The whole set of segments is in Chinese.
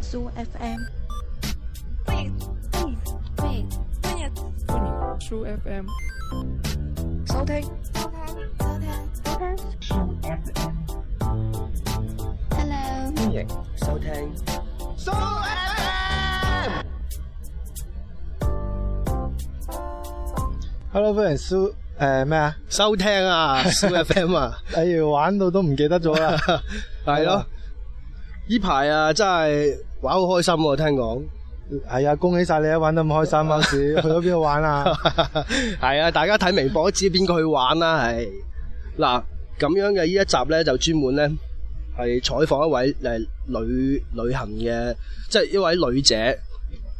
苏 FM。书 FM。收听， Hello，欢迎收听。 Hello，歡迎蘇诶咩啊？收聽 啊，Soo FM 啊，哎呀，玩到都唔記得咗啦。 係咯啊，呢排啊真係玩好開心喎、聽 講。係啊，恭喜晒你啊，玩得咁開心嗰 時，去咗邊度玩啊？係啊，大家睇微博都知邊個去玩啦、係嗱咁樣嘅呢一集咧，就專門咧係採訪一位诶旅旅行嘅，即係一位旅者，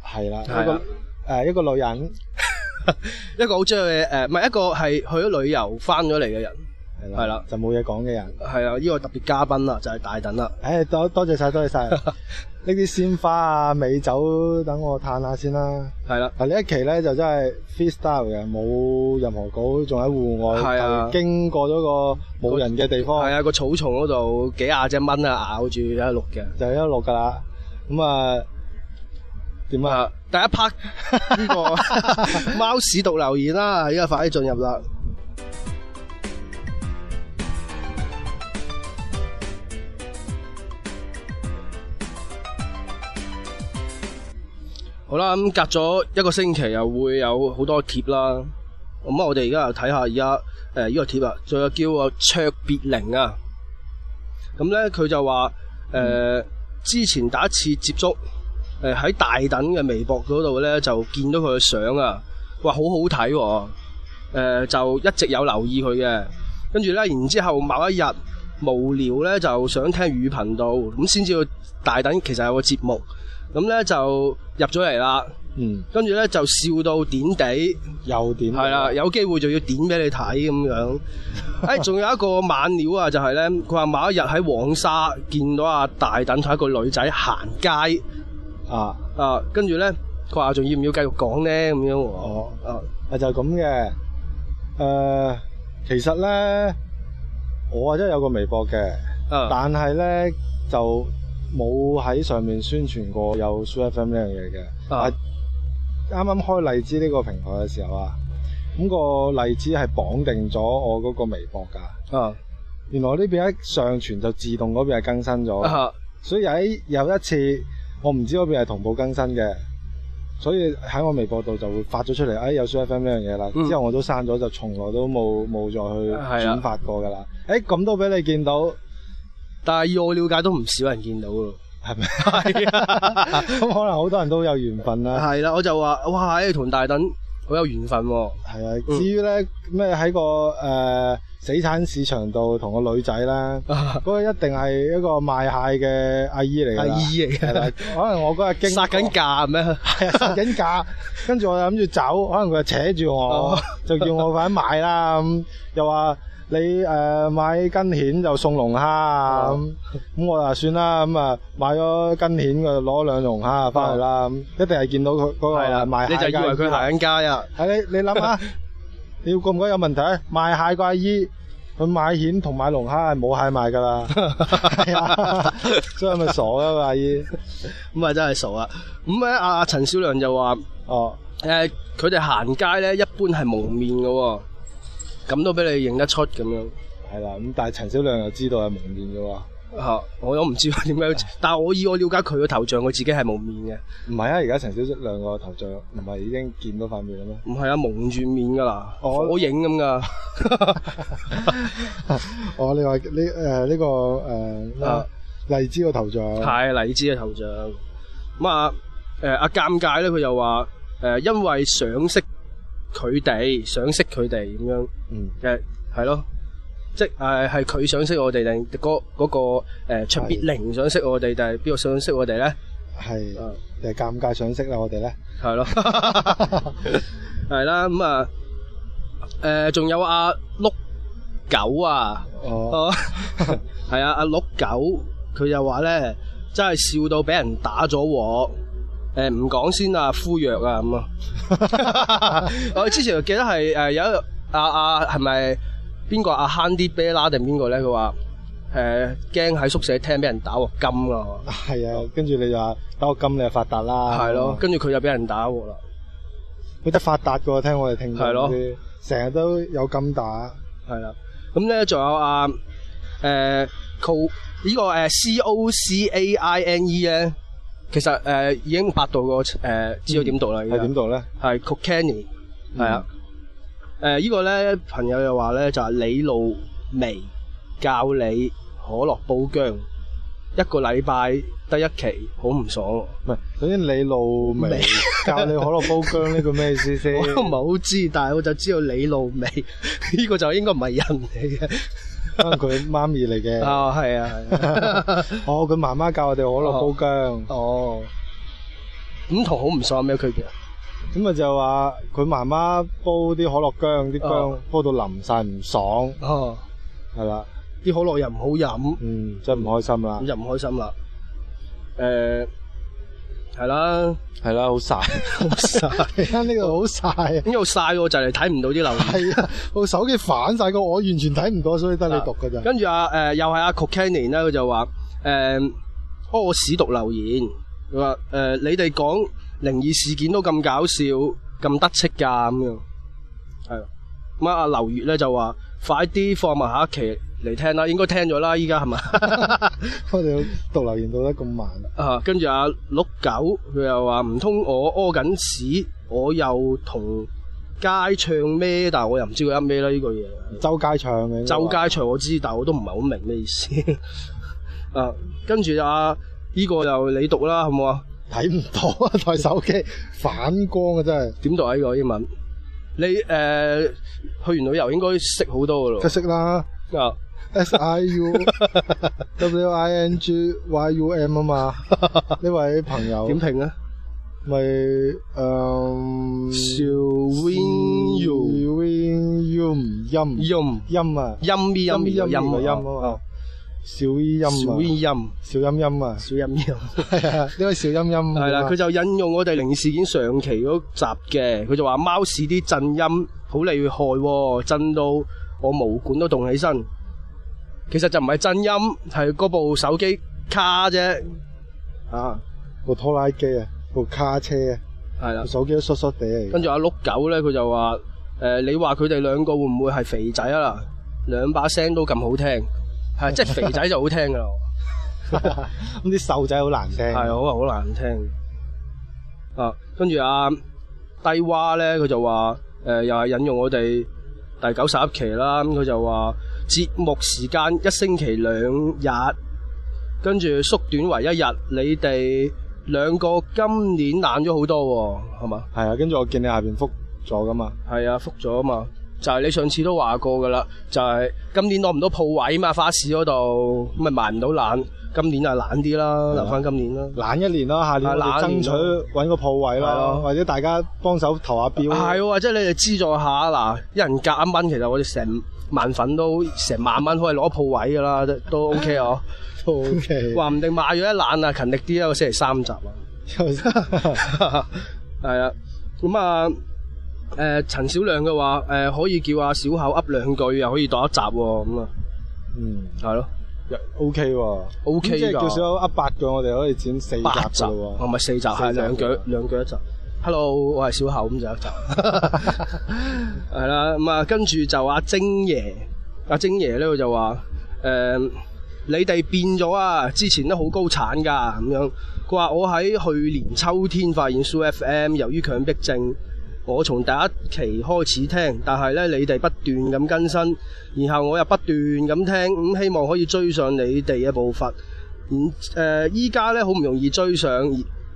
係啦，係啊一個诶一個女人，一個好中意诶，誒唔係一個係去咗旅遊翻咗嚟嘅人，係係啦，就冇嘢講嘅人。係啊，呢、個特別嘉賓啦，就係、大等啦。唉，多多謝晒，多謝 晒。拎啲鮮花啊、美酒等我嘆下先啦。係啦，嗱呢一期咧就真係 freestyle 嘅，冇任何稿，仲喺戶外，係啊就經過咗個冇人嘅地方係。啊，個草叢嗰度幾廿隻蚊啊咬住喺度錄嘅。就一路噶啦。咁啊，點啊？啊，第一 part 呢 個貓屎讀留言啦，依家快啲進入啦。好啦，咁隔咗一個星期又會有好多貼啦。咁啊我哋而家又睇下而家誒呢個貼啊，仲有叫啊卓別靈啊。咁咧佢就話誒、呃嗯之前第一次接觸。誒喺大等嘅微博嗰度咧，就見到佢嘅相啊，哇，好好睇喎、誒就一直有留意佢嘅，跟住咧，然之後某一日無聊咧，就想聽語頻道，咁先知道大等其實有個節目，咁咧就入咗嚟啦，嗯，跟住咧就笑到點地，又點？係啦，，有機會就要點俾你睇咁樣。誒、仲有一個猛料啊，就係咧，佢話某一日喺黃沙見到阿大等同一個女仔行街。啊，啊，跟住咧，佢話啊仲要唔要繼續講咧咁樣喎。哦啊，啊就咁嘅。誒、其實咧，我啊真係有個微博嘅，啊，但係咧就冇喺上面宣傳過有 s u FM 呢樣嘢嘅。啊啱啱開荔枝呢個平台嘅時候啊，咁、個荔枝係綁定咗我嗰個微博㗎。啊原來呢邊一上傳就自動嗰邊係更新咗。啊，所以喺有一次，我唔知嗰邊係同步更新嘅，所以喺我微博度就會發咗出嚟，哎有 s FM 呢樣嘢啦。嗯之後我都刪咗，就從來都冇冇再去係啊轉發過噶啦。誒咁都俾你見到，但係以我了解都唔少人見到咯。係咪？係啊， 咁可能好多人都有緣分啦。係啦，我就話哇，唉同大等好有緣分喎。係啊，嗯至於咧咩喺個誒、呃死產市場度同個女仔 啦，啊嗰個一定係一個賣蟹嘅阿姨嚟㗎阿啦。姨嚟係啦嘅，可能我嗰日經啊殺緊價咩？ 係啊， 殺緊價，跟住我就諗住走，可能佢就扯住我哦，就叫我快啲買啦咁，又話你誒、呃、買根蜆就送龍蝦啊咁，咁我就話算啦，咁啊買咗根蜆嘅攞兩龍蝦翻去啦，咁一定係見到佢嗰個係啦，賣你就蟹以為佢嘅阿行緊街啊？姨，係你你 諗下，你要覺唔覺得有問題啊？賣蟹個阿姨。佢買蜆同買龍蝦係冇蟹賣㗎 啦，係啊，所以咪傻㗎嘛阿姨，咁啊真係傻啊！咁咧，阿阿陳小亮就話哦，誒，佢哋行街咧一般係蒙面嘅喎，咁都俾你認得出咁樣。係啦，咁但係陳小亮又知道係蒙面嘅喎。吓，啊我都唔知佢點解，但係我以我了解佢個頭像，佢自己係蒙面嘅，唔係啊，而家陳小亮個頭像唔係已經見到塊面啦咩？唔係啊，蒙住面噶啦，我火影咁噶， 哦，你話呢誒呢個誒咩啊啊荔枝個頭像係荔枝嘅頭像。咁啊，誒阿尷尬咧，佢又話誒，因為想識佢哋，想識佢哋咁樣嗯嘅，係咯。即係係佢想識我哋定嗰嗰個誒卓別靈想識我哋定係邊個想識我哋咧？係啊誒尷尬上色啦，我哋咧係咯，係啦咁啊誒，仲有阿碌狗啊！哦哦，系啊，阿六九佢又話咧，真係笑到俾人打咗鑊。誒唔講先啊，敷藥啊咁啊！我之前記得係誒有一個阿阿係咪邊個阿慳啲啤啦定邊個咧？佢話誒驚喺宿舍廳俾人打鑊金啊，係啊，跟住你就話打個金你就發達啦，係咯，，跟住佢就俾人打鑊啦，佢得發達嘅喎，聽我哋聽眾係咯啲，成日都有金打，係啦。咁咧仲有啊誒 Co 呢個誒 C O C A I N E 咧，其實誒、呃已經百度個誒、呃、資料點讀啦，已經嗯係點度咧？係 Cocaine，係啊。誒、呢個咧朋友又話咧就係、李露薇教你可樂煲薑，一個禮拜得一期，好唔爽 喎。唔係，首先李露薇味教你可樂煲薑呢個咩意思 先？我都唔係好知，但係我就知道李露薇 呢個就應該唔係人嚟嘅。可 能佢媽咪嚟嘅。啊，係啊，係啊哦，佢媽媽教我哋可樂煲薑，哦。咁同好唔爽有咩區別啊？咁啊就話佢媽媽煲啲可樂薑，啲薑哦煲到淋晒唔爽，哦，係啦，啲可樂又唔好飲，嗯，真係唔開心啦咁，就唔開心啦。誒、呃係啦，係啦，好曬，好曬。而 家呢度好曬，咁又晒我就嚟睇唔到啲留言。係啊，部手機反晒個，我完全睇唔到，所以得你讀㗎咋，跟住啊，誒、又係阿 c o c a n i n 啦，佢就話誒屙屎讀留言，佢話誒你哋講靈異事件都咁搞笑，咁得戚㗎咁樣，係啊咁啊，阿劉月咧就話快啲放埋下一期嚟聽啦，應該聽咗啦，依家係咪？我哋讀留言讀得咁慢，啊，跟住阿六九佢又話唔通我屙緊屎，我又同街唱咩？但係我又唔知佢噏咩啦呢句嘢。周街唱嘅，周街唱我知，但我都唔係好明 咩意思。啊，跟住啊，呢、個就你讀啦，好唔好啊？睇唔到啊台手機反光啊真係，點讀啊？呢個英文？你誒、呃去完旅遊應該識好多噶咯佢。識啦。啊， S I U W I N G Y U M 啊 嘛，呢位朋友點拼啊咪嗯誒 Sylvin Yu Win U 音音音啊，音咪音咪音音哦個音啊嘛，小音啊，小音音小音音啊，小音音。係啊，呢位小音音係啦，佢就引用我哋靈異事件上期嗰集嘅，佢就話貓屎啲震音好厲害、喎，震到我毛管都動起身。其實就唔係震音，係嗰部手機卡啫。啊，部拖拉機啊，部卡車啊，係啦部。手機都疏疏地啊嚟跟，住阿碌狗咧，佢就話：誒、呃你話佢哋兩個會唔會係肥仔啊？ 啦，兩把聲都咁好聽，係即係肥仔就好聽噶啦。 咁啲瘦仔好難聽，係好啊，好難聽。啊，跟住啊，低蛙咧，佢就話誒、又係引用我哋第九十一期啦，咁佢就話節目時間一星期兩日，跟住縮短為一日。你哋兩個今年懶咗好多喎、係嘛？係啊，跟住我見你下邊覆咗噶嘛，係啊，覆咗啊嘛。就係、你上次都話過噶啦，就係、今年攞唔到鋪位嘛，花市嗰度咁咪賣唔到懶，今年啊懶啲啦，留翻今年啦。懶一年咯，下年啊我哋懶一爭年取咯揾個鋪位係咯，咯或者大家幫手投下標。係喎，即係你哋資助下嗱，一人夾一蚊，其實我哋成萬粉都成萬蚊可以攞鋪位噶啦，都都 OK 哦。 O K，話唔定賣咗一攬啊，勤力啲啊，個星期三集 啊，係啊。咁啊，誒、陳小亮嘅話，誒、可以叫阿小口噏兩句，又可以當一集喎，咁啊， 嗯係咯，O K 喎，OK 咁即係㗎叫少一八句，我哋可以剪四集八集，㗎哦咯唔係四集，係四集兩句兩句一集。Hello，我係小口咁就 一集，係啦咁啊，跟住就阿晶爺，阿晶爺咧佢就話誒、你哋變咗啊，之前都好高產㗎咁樣。佢話我喺去年秋天發現 s u FM，由於強迫症。我從第一期開始聽，但係咧你哋不斷咁更新，然後我又不斷咁聽，咁、希望可以追上你哋嘅步伐。然誒依家咧好唔容易追上，而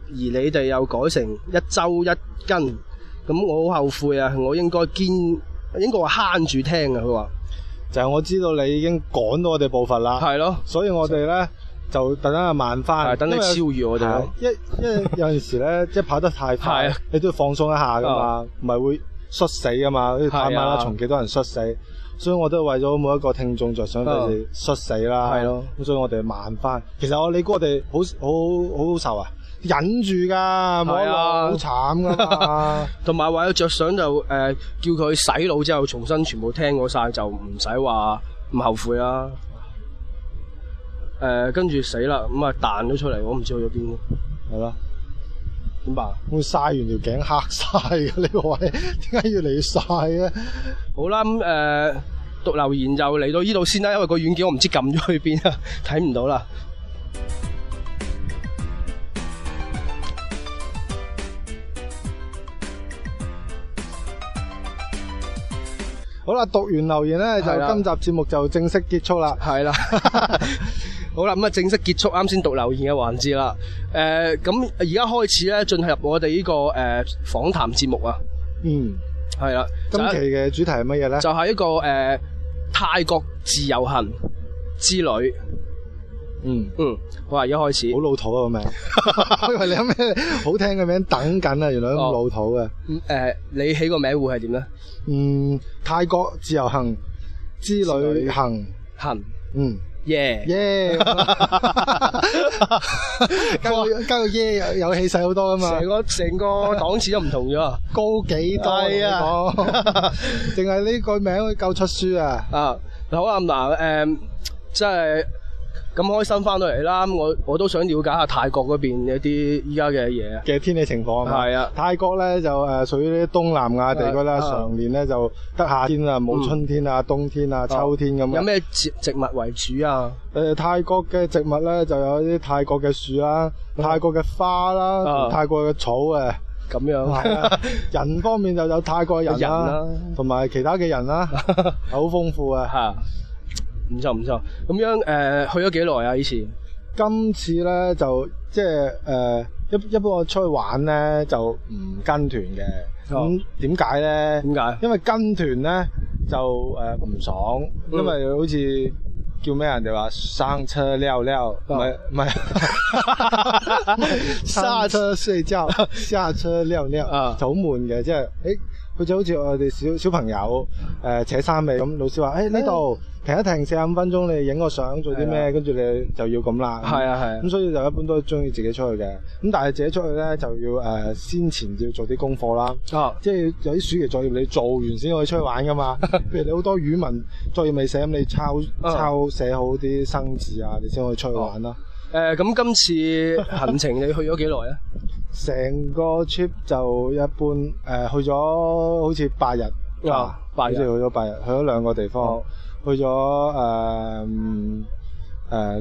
而你哋又改成一周一斤，咁我好後悔啊！我應該堅應該話慳住聽啊！佢話喎。就係我知道你已經趕到我哋步伐啦，係咯，所以我哋咧就特登係慢翻，係等你因為超越我哋係咯。因因為有陣時 咧，即係跑得太快係啊，啊你都要放鬆一下噶嘛，唔係會摔死噶嘛，好似太馬拉係啊松幾多人摔死，所以我都為咗每一個聽眾着想，佢哋摔死啦。哦係咯，咁所以我哋慢翻。其實我你估我哋好好好好受啊，忍住㗎，冇係好啊慘㗎 嘛。同埋為咗着想就誒、呃叫佢洗腦之後重新全部聽過晒，就唔使話唔後悔啦。誒啊呃跟住死啦，咁啊彈咗出嚟，我唔知去咗邊，係咯，點辦？啊會曬完條頸黑晒嘅呢個位， 點解越嚟越晒嘅？好啦，咁、呃誒讀留言就嚟到呢度先啦，因為個軟件我唔知撳咗去邊啊， 睇唔到啦。好啦，讀完留言咧，就係啦今集節目就正式結束啦。係啦， 好啦，咁啊正式結束啱先讀留言嘅環節啦。誒、咁而家開始咧進入我哋呢、個誒、訪談節目啊，嗯，係啦，今期嘅主題係乜嘢咧？就係一個誒、泰國自由行之旅。嗯，嗯，好啊，而家開始好。老土啊 個名，我以為你有咩好聽嘅名等緊啊，原來咁哦老土嘅。誒、你起個名會係點咧？嗯，泰國自由行之旅行，行嗯，耶 耶，加個加個耶有有氣勢好多啊嘛成，個成個檔次都唔同咗啊！高幾多係啊我同你 講淨係呢個名夠出書啊！啊，好啊，嗱，誒，即係咁開心翻到嚟啦，咁我我都想了解下泰國嗰邊一啲依家嘅嘢啊。嘅天氣情況啊嘛，係啊泰國咧就誒屬於啲東南亞地區啦，啊嗯常年咧就得夏天啊，冇春天啊、冬天哦啊、秋天咁有樣。咩植植物為主啊？誒呃泰國嘅植物咧就有啲泰國嘅樹啦、泰國嘅花啦、嗯啊同泰國嘅草啊。咁 樣係 啊人方面就有泰國人人啦啦，同埋其他嘅人 啦，好豐富啊！嚇，唔錯唔錯。咁樣誒、去咗幾耐啊？以前今次咧就即係誒、呃一一般我出去玩咧就唔跟團嘅，哦咁點解咧？點解？因為跟團咧就誒呃唔、爽，嗯因為好似叫咩人哋話上車撩撩，唔哦係唔 係上車睡覺，下車撩撩，啊就好悶嘅，即係誒。佢就好似我哋小小朋友誒、扯衫尾咁，老師話：誒呢度嗯停一停，四十五分鐘，你影個相做啲係咩？跟住你就要咁啦。係啊係啊咁所以就一般都中意自己出去嘅。咁但係自己出去咧就要誒、先前要做啲功課啦。啊，即係有啲暑期作業你做完先可以出去玩噶 嘛。譬如你好多語文作業未寫，咁你抄啊抄寫好啲生字啊，你先可以出去玩啦。誒、咁今次行程你去咗幾 耐啊？成個 trip 就一般誒、呃去咗好似八日啊八日好似去咗八日，去咗兩個地方，哦去咗誒誒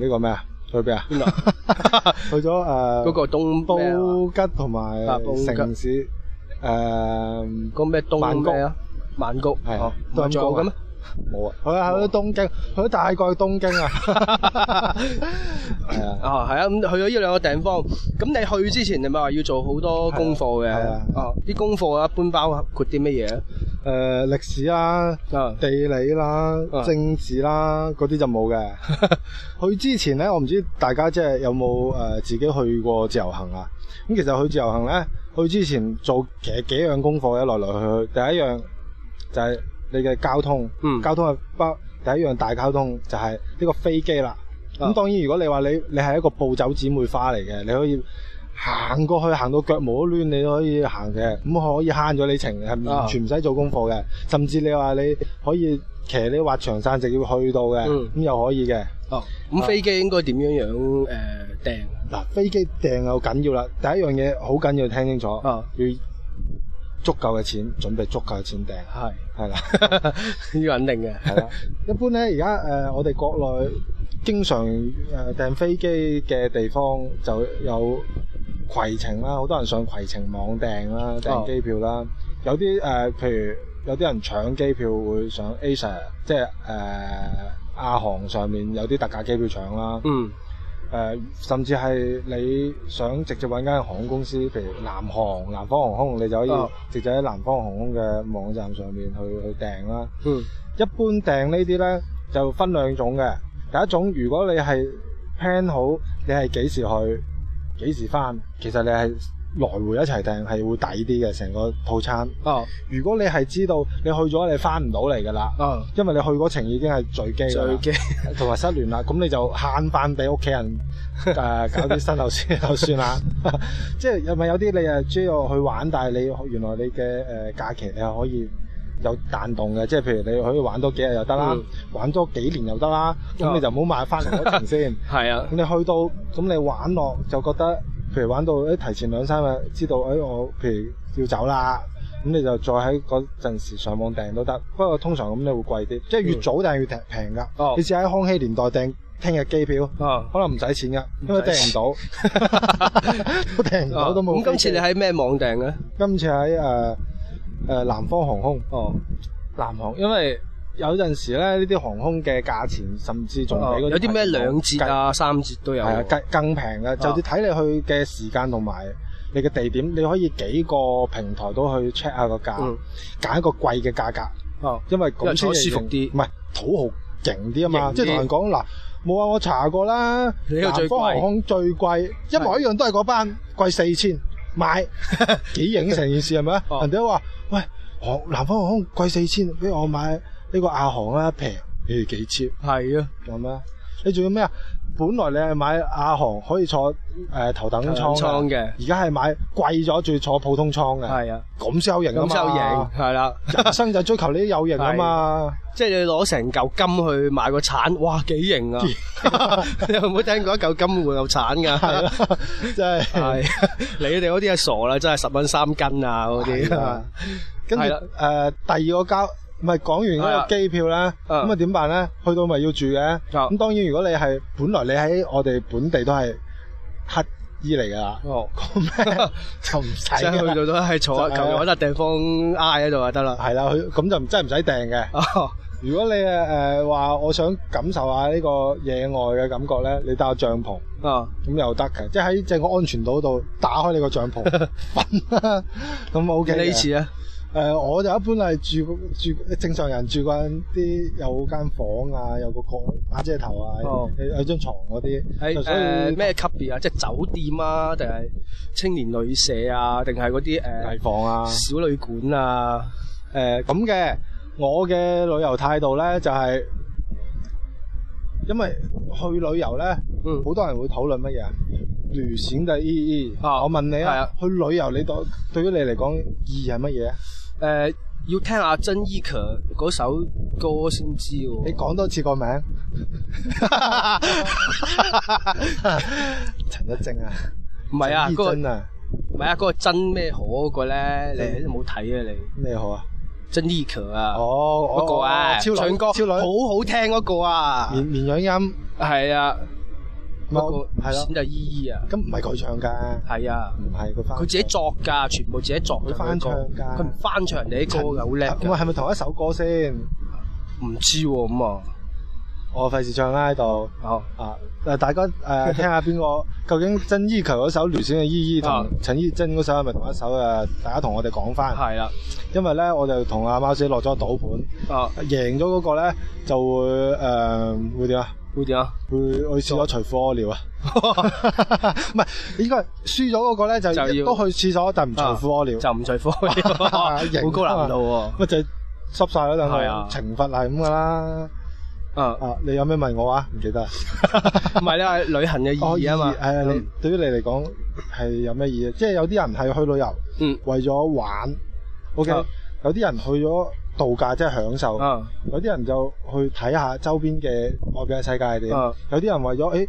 呢個咩啊？去邊啊？邊 度？去咗誒嗰個東咩啊？布吉同埋啊布吉城市誒。嗰咩曼東谷咩啊？曼谷係哦東谷仲有嘅咩？冇啊！去去咗東京，去咗大概東京 啊！係啊，啊，係啊，咁去咗呢兩個地方，咁你去之前你咪話要做好多功課嘅，係啊係啊，啲功課啊，一般包括啲乜嘢誒歷史啦、啊？地理啦啊、政治啦嗰啲就冇 嘅。去之前咧，我唔知大家即係有冇誒自己去過自由行啊？咁其實去自由行咧，去之前做其實幾樣功課嘅，來來去去，第一樣就係你嘅交通，嗯交通係包第一樣大交通就係呢個飛機啦。咁啊當然，如果你話你你係一個暴走姊妹花嚟嘅，你可以行過去行到腳毛都攣，你都可以行嘅，咁可以慳咗你程，係啊完全唔使做功課嘅。甚至你話你可以騎呢滑翔傘直接去到嘅，咁嗯、又可以嘅。哦，咁飛機應該點樣樣誒訂？嗱，飛機訂又緊要啦，第一樣嘢好緊要聽清楚，啊要足夠嘅錢，準備足夠嘅錢訂， 係係啦。要肯定嘅，係啦，一般咧，而家誒呃我哋國內經常誒、呃、訂飛機嘅地方就有攜程啦，好多人上攜程網訂啦，訂機票啦。有啲誒、呃譬如有啲人搶機票會上 Asia，即係誒、呃、亞航上面有啲特價機票搶啦。嗯誒、甚至係你想直接揾間航空公司，譬如南航、南方航空，你就可以哦直接喺南方航空嘅網站上面去去訂啦。嗯一般訂呢啲呢，就分兩種嘅。第一種，如果你係 plan 好你係幾時去、幾時翻，其實你係來回一齊訂係會抵啲嘅成個套餐。哦如果你係知道你去咗你翻唔到嚟㗎啦，哦，因為你去嗰程已經係墜機㗎最啦機同埋失聯啦，咁你就慳翻俾屋企人誒、呃搞啲身後事就算啦。啊即係有咪有啲你誒中意去玩，但係你原來你嘅誒、呃假期你係可以有彈動嘅，即係譬如你可以玩多幾日又得啦，嗯玩多幾年又得啦，咁啊你就唔好買翻嚟嗰程先。係啊咁，你去到咁你玩落就覺得，譬如玩到誒提前兩三日知道，誒、我譬如要走啦，咁你就再喺嗰陣時上網訂都得。不過通常咁你會貴啲，即係越嗯早訂越平平㗎。哦你試下喺康熙年代訂聽日機票，啊。可能唔使錢㗎，因為唔使訂錢唔到， 都訂 Ờ, 唔到都冇哦飛咁今機。次你喺咩網訂嘅？今次喺誒誒南方航空。哦，南航，因為有陣時咧，呢啲航空嘅價錢甚至 Ờ, 仲比嗰哦有啲咩兩折折？啊、三折都有係啊，喎。更更平嘅，就要睇你去嘅時間同埋你嘅地點，你可以幾個平台都去 check 下個價嗯，揀一個貴嘅價格，哦，因為因為咁坐先舒服啲唔係土豪勁啲啊嘛，勁啲即係同人講嗱。冇啊！我查過啦，你呢南個最貴方航空最貴，一模一樣都係嗰班貴四千， 買幾影成件事係咪啊？哦人哋都話：喂，航南方航空貴四千，俾我買呢個亞航啦，平你哋幾 cheap 係啊，咁咩？你仲要咩啊？本來你係買亞航可以坐誒、呃、頭 Ờ, 等艙倉嘅，嘅，而家係買貴咗，仲要坐普通艙嘅，係啊，咁先有型啊咁收嘛！型係 啦，人生就追求呢啲有型啊嘛！即係你攞成嚿金去買個鏟，哇幾型啊！你 有冇聽過一嚿金換嚿鏟係㗎？啦， 真係。係你哋嗰啲係傻啦，真係十蚊三斤啊嗰係啲啊。 跟住係啦誒第二個交唔係講係完啊嗰個機票啦，啊咁啊點辦咧？去到咪要住嘅。啊咁當然如果你係本來你喺我哋本地都係乞衣嚟㗎啦， 哦，咁 咧就唔使即係去㗎到啦。都係坐就求係啊其揾笪地方挨喺度就得 啦。係啦，佢咁就唔真係唔使訂嘅。哦，如果你誒話我想感受下呢個野外嘅感覺咧，你搭個帳篷啊，咁又得嘅，即係喺正個安全島度打開你個 帳篷瞓啦，咁 OK 嘅呢次咧，誒、我就一般係住住正常人住慣啲有間房啊，有個個瓦遮頭啊，哦有有張床嗰啲，喺就所以誒咩級別啊？即係酒店啊，定係青年旅社啊，定係嗰啲危誒房啊，小旅館啊？誒咁嘅。我嘅旅遊態度咧就係、因為去旅遊咧，嗯，好多人會討論乜嘢啊？旅行嘅意義。啊 E。我問你係啊啊，去旅遊你對對於你嚟講意義係乜嘢啊？ 誒要聽下曾依可嗰首歌先知喎。你講多次個名。陳一正啊，唔係啊，陳嗰依個真啊，唔係啊，嗰個真咩可嗰個咧，你都冇睇啊你。咩好啊？真 e k 啊，哦，嗰個啊，哦超女唱歌超女，好好聽嗰個啊，綿綿羊音，係啊，嗰我個係咯先，就依依啊，咁唔係佢唱㗎，係啊，唔係佢翻，佢自己作㗎，全部自己作㗎。佢翻唱㗎佢唔翻唱人哋啲歌㗎，好叻啊㗎喂，。係咪同一首歌先？唔知喎咁啊，哦我費事唱啦喺度好啊！誒，大家誒 聽下邊個究竟曾依球嗰首《聊選嘅依依》啊同陳依真嗰首係咪同一首誒？大家同我哋講翻，係啦，因為咧我就同阿貓仔落咗賭盤，啊贏咗嗰個咧就會誒會點啊？會點啊？會我去廁所除褲屙尿 啊！唔係，應該係輸咗嗰個咧就就要都去廁所，但唔除褲屙尿，就唔 除科，啊好高難度喎。咪就濕晒咯，等佢係啊懲罰係咁噶啦。啊，啊，你有咩問我啊？唔 記得 啊。唔係啦，旅行嘅哦意義啊嘛意義。係啊，你對於你嚟講係有咩意義？即係有啲人係去旅遊嗯為咗玩，OK，啊有啲人去咗度假即係享受。啊有啲人就去睇下周邊嘅外邊嘅世界係點，啊有啲人為咗誒、欸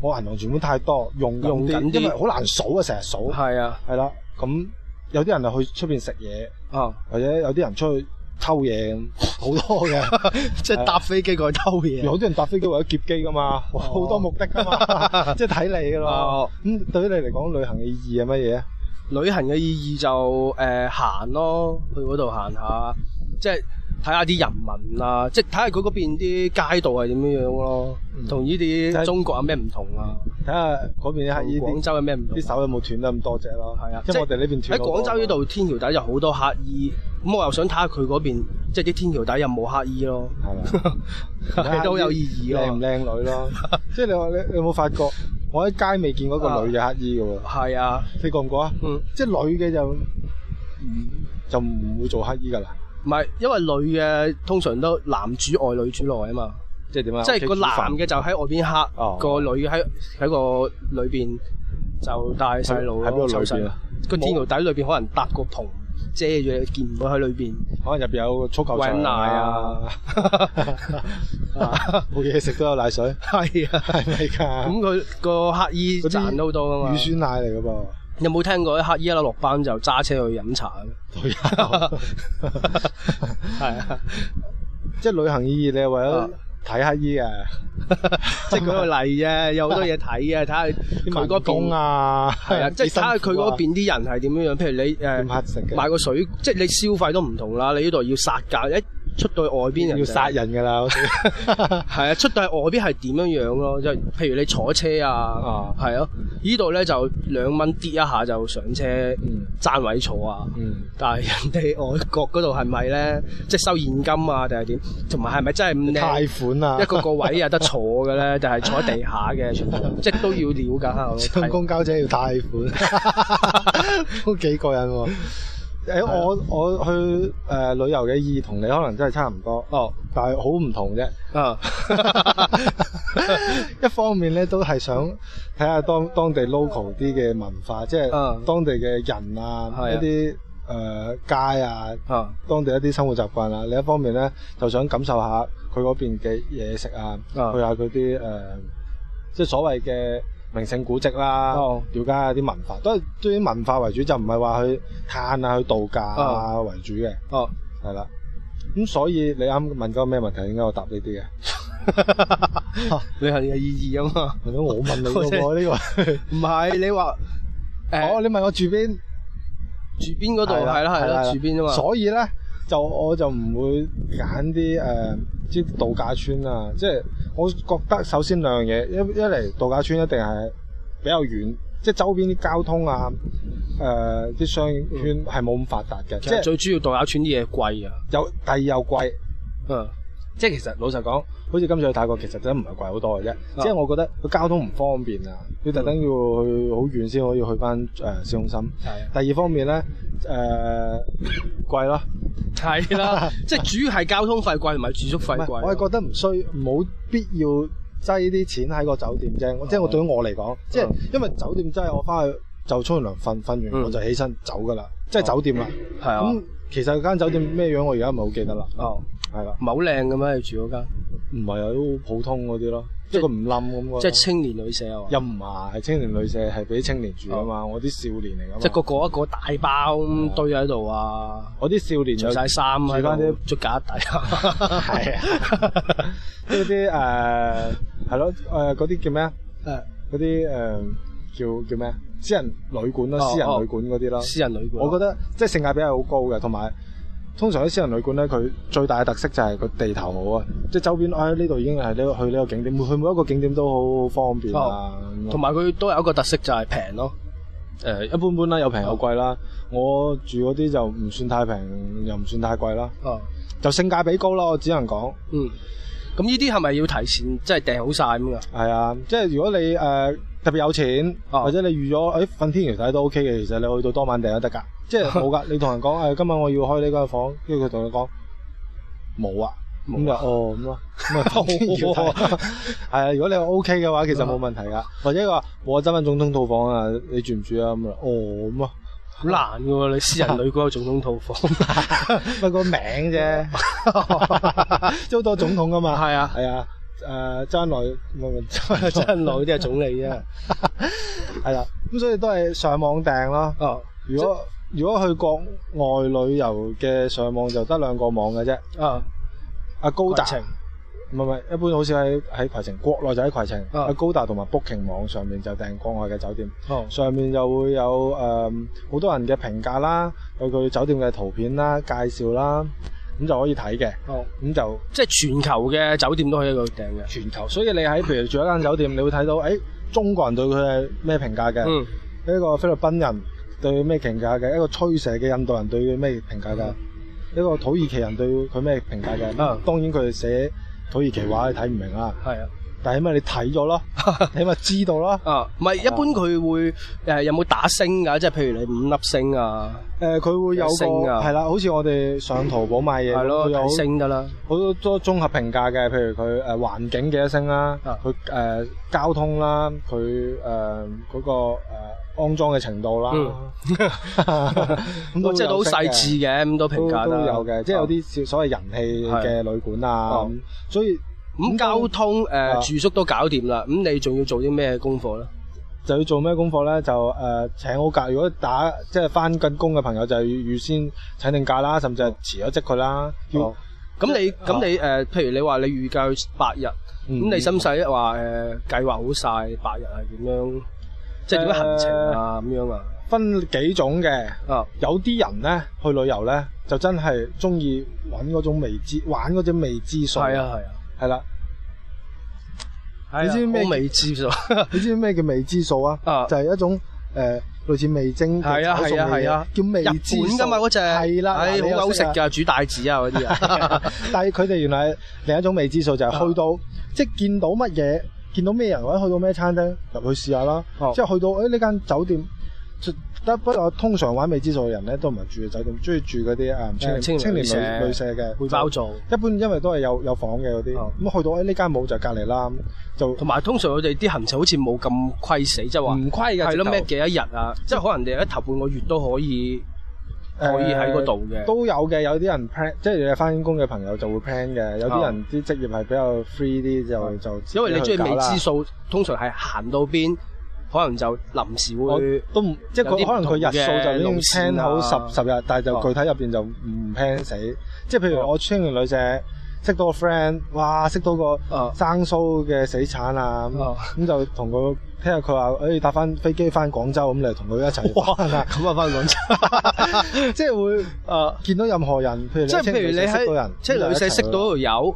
我銀行存款太多，用緊用緊啲，啲因為好難數啊，成日數，係啊係啦，咁有啲人就去出邊食嘢， 啊。或者有啲人出去偷嘢咁，好多 嘅，即係搭飛機過去偷嘢。有啲人搭飛機或者劫機噶嘛，好、多目的噶嘛，即係睇你噶咯 哦。咁、對於你嚟講，旅行嘅意義係乜嘢啊？旅行嘅意義就誒、呃行咯，去嗰度行下，即係睇下啲人民啊，即係睇下佢嗰邊啲街道係點樣樣咯，嗯同呢就係啲中國有咩唔同啊？睇下嗰邊啲同乞衣廣啲州有咩唔同啲？手有冇斷得咁多隻咯？係啊因為即係我哋呢邊喺斷好多廣州呢度天橋底有好多乞衣，咁我又想睇下佢嗰邊即係啲天橋底有冇乞 衣咯， 係咪？係都有意義靚唔咯。靚 女咯？即係你話你你有冇發覺？我喺街未見過一個女嘅乞衣嘅喎，係啊，你覺唔覺啊？嗯，即係女嘅就就唔會做乞衣㗎啦。唔係因為女嘅通常都男主外女主內啊嘛。即係點啊即係個男嘅就喺外邊黑，哦個女嘅喺喺個裏邊就帶細路喺邊個咯，裏邊啊湊細路個天橋底裏邊可能搭個棚，遮住你，見唔到喺裏 邊。可能入边有足球搵場奶啊， 啊冇嘢食都有奶水，係啊，係咪㗎？咁佢個乞衣嗰啲賺到好多啊噶嘛乳。酸奶嚟噶噃。有冇聽過啲乞衣一落班就揸車去飲茶 嘅？旅行係啊，即係旅行意義，你係為咗啊睇乞衣嘅，即係舉個例啫，有好多嘢睇啊嘅，睇下佢 啲嗰民工邊啊，係啊，即係睇下佢嗰邊啲人係點樣樣。譬如你點誒乞食嘅，買個水，即係你消費都唔同啦。你呢度要殺價，一出到去外邊人要就殺人㗎啦，好似 係啊，出到去外邊係點樣樣咯？即係譬如你坐車啊啊，係啊，呢度咧就兩蚊跌一下就上車嗯爭位坐啊。嗯，但係人哋外國嗰度係咪咧，即係收現金啊，定係點？同埋係咪真係咁靚？貸款啊，一個個 位有得坐嘅咧，定係坐喺地下嘅，全部即係都要了 解下我睇。上公交車要貸 款，都幾過癮喎。啊誒，我我去誒、呃旅遊嘅意義同你可能真係差唔多，哦，但係好唔同啫。 啊， 一方面咧都係想睇下當當地 local 啲嘅文化，即嗯係當地嘅人啊，係啊一啲誒街啊，啊，當地一啲生活習慣啊。另一方面咧，就想感受下佢嗰邊嘅嘢食啊，啊去下佢啲誒，即係所謂嘅名勝古蹟啦，哦了解下啲文化，都係對於文化為主，就唔係話去嘆啊、去度假啊為主嘅， 哦，係啦。咁所以你啱問嗰個咩問題？點解我答呢啲嘅？旅行嘅意義啊嘛。係咯， 我問你嘅喎呢個。唔係你話哦，誒你問我住邊？住邊嗰度係啦係啦，住邊啊嘛。所以咧，就我就唔會揀啲誒，即係度假村啊。即係我覺得首先兩樣嘢，一一嚟度假村一定係比較遠，即係周邊啲交通啊，誒、啲商業圈係冇咁發達嘅，其即實係最主要度假村啲嘢貴啊。有第二又貴。嗯，即係其實老實講，好似今次去泰國，其實真係唔係貴好多嘅啫。即係我覺得個交通唔方便啊，要特登要去好遠先可以去翻誒市中心。係啊第二方面呃咧，誒、貴 咯，係 啦，即係主要係交通費貴同埋住宿唔費係貴。啊我係覺得唔需冇必要擠啲錢喺個酒店啫。哦我即係我對於我嚟講，即係因為酒店真係我翻去就沖涼瞓，瞓嗯哦完我就起身走㗎啦，即係酒店啦。係啊。咁其實間酒店咩樣，我而家唔係好記得啦。哦，係啦唔，係好靚嘅咩？你住嗰間，唔係啊，都好普通嗰啲咯，即係佢唔冧咁嗰即係啲。青年旅社啊嘛。又唔係青年旅社係俾青年住㗎嘛，我啲少年嚟㗎嘛。哦即係個個一個大包咁堆喺度啊，我啲少年除就晒衫喺哦住返度啲，捽架底啊，係啊，即係嗰啲誒係咯誒嗰啲叫咩啊？嗰啲誒叫叫咩啊？私人旅館咯，哦私人旅館嗰啲咯誒， 私人旅館。啊啊我覺得得即係性價比係好高嘅，同埋通常啲私人旅館咧，佢最大嘅特色就係個地頭好啊，即係周邊唉呢度已經係呢去呢個景點，去每一個景點都好方便啊，咁樣哦同埋佢都有一個特色就係平咯，誒一般般啦，有平有貴哦啦。我住嗰啲就唔算太平，又唔算太貴啦，哦，就性價比高啦，我只能講。嗯。咁呢啲係咪要提前即係訂好晒咁噶？係啊，即係如果你誒、呃特別有錢，哦或者你預咗誒哎瞓天橋底都 OK 嘅，其實你去到當晚訂都得㗎。即係冇㗎，你同人講誒、哎今晚我要開呢間房，跟住佢同你講冇啊，咁就哦咁咯，咁啊瞓天橋底 係啊。如果你話 OK 嘅話，其實冇問題㗎。或者佢話我真揾總統套房啊，你住唔住啊？咁啊，哦咁咯，好難嘅喎，你私人旅館有總統套房， 不過名啫，即係好多總統㗎嘛。係啊係啊，誒周恩來唔係唔係周真恩來係老啲係總理啫。係啦，咁所以都係上網訂咯。哦，如果如果去國外旅遊嘅上網就得兩個網嘅啫，啊，阿高高達情唔係唔係，一般好少喺喺攜程，國內就喺攜程，啊阿高達同埋 Booking 網上面就訂國外嘅酒店，哦，上面就會有誒好、多人嘅評價啦，有佢酒店嘅圖片啦、介紹啦，咁就可以睇嘅，哦，咁就即係全球嘅酒店都可以喺度訂嘅。全球。所以你喺譬如住一間酒店，你會睇到誒、哎中國人對佢係咩評價嘅。嗯，一個菲律賓人對咩評價嘅，一個吹蛇嘅印度人對佢咩評價嘅，一個土耳其人對佢咩評價嘅。啊當然佢哋寫土耳其話你睇唔明啦，係啊。但係起碼你睇咗 咯，你起碼知道咯。啊，唔係一般佢會誒、有冇打星㗎？即係譬如你五粒星啊，誒、佢會有有個星㗎係啦，好似我哋上淘寶買嘢，係咯，佢有睇星得啦，好多多綜合評價嘅，譬如佢誒、環境幾多星啦啊，佢誒、交通啦，佢誒嗰個、誒肮脏嘅程度啦。嗯 咁哦即係都好有識細嘅緻啊嘅，啊咁多評都價哦都啦有嘅，即係有啲所謂人氣嘅旅館啊哦，所以咁交通誒、呃啊住宿都搞掂啦，咁你仲要做啲咩功課咧？就要做咩功課咧？就誒、呃、請好假。如果打即係翻緊工嘅朋友，就要預先請定假啦，甚至係辭咗職佢啦。要哦咁你哦咁你誒、呃譬如你話你預計去八日，咁、嗯你使唔使話誒計劃好晒八日係點樣？即係點樣行程呃啊咁樣啊？分幾種嘅。啊，有啲人咧去旅遊咧，就真係中意揾嗰種未知，玩嗰種未知數。係，啊係啊，係啦。係啊你知唔知咩我未 知數？你知唔知咩叫未知數啊？啊就係一種誒類似味精嘅係啊炒餸嘅嘢係啊叫日味知本噶嘛嗰隻係啦，唉嗱你又好好識食啊㗎，煮帶子啊嗰啲啊， 但係佢哋原來係另一種未知數，就係去到、即係見到乜嘢，見到咩人或者去到咩餐廳入去試下啦。哦即係去到誒呢間酒店，就得不過通常玩未知數嘅人咧都唔係住嘅酒店，中意住嗰啲誒青年嗯青年青年旅社旅旅社嘅背包。做。一般因為都係有有房嘅嗰啲，咁、哦去到誒呢間冇就隔離啦，就同埋通常佢哋啲行程好似冇咁虧死，即係話唔虧嘅。係咯嗯直頭咩幾多日啊？即係可能你一頭半個月都可以可以喺嗰度嘅。呃都有嘅，有啲人 plan，即係你翻工嘅朋友就會 plan 嘅，有啲啊人啲職業係比較 free 啲，就就自己因為你中去意搞未啦知數，通常係行到邊，可能就臨時我會都唔即係有啲佢可能佢日數就已經唔 plan 同嘅路好線啊十十日，但係就啊具體入邊就唔 plan 死。即係譬啊如我青年旅社識到個 friend，哇，識到個啊生疏嘅死產啊，啊咁咁就同佢聽日佢話，誒哎搭翻飛機翻廣州，咁你就同佢一 齊翻啦。咁啊翻 廣州。即係會 誒，見到任何人，譬如啊即係譬如你識到喺人，即係女仔識到條友，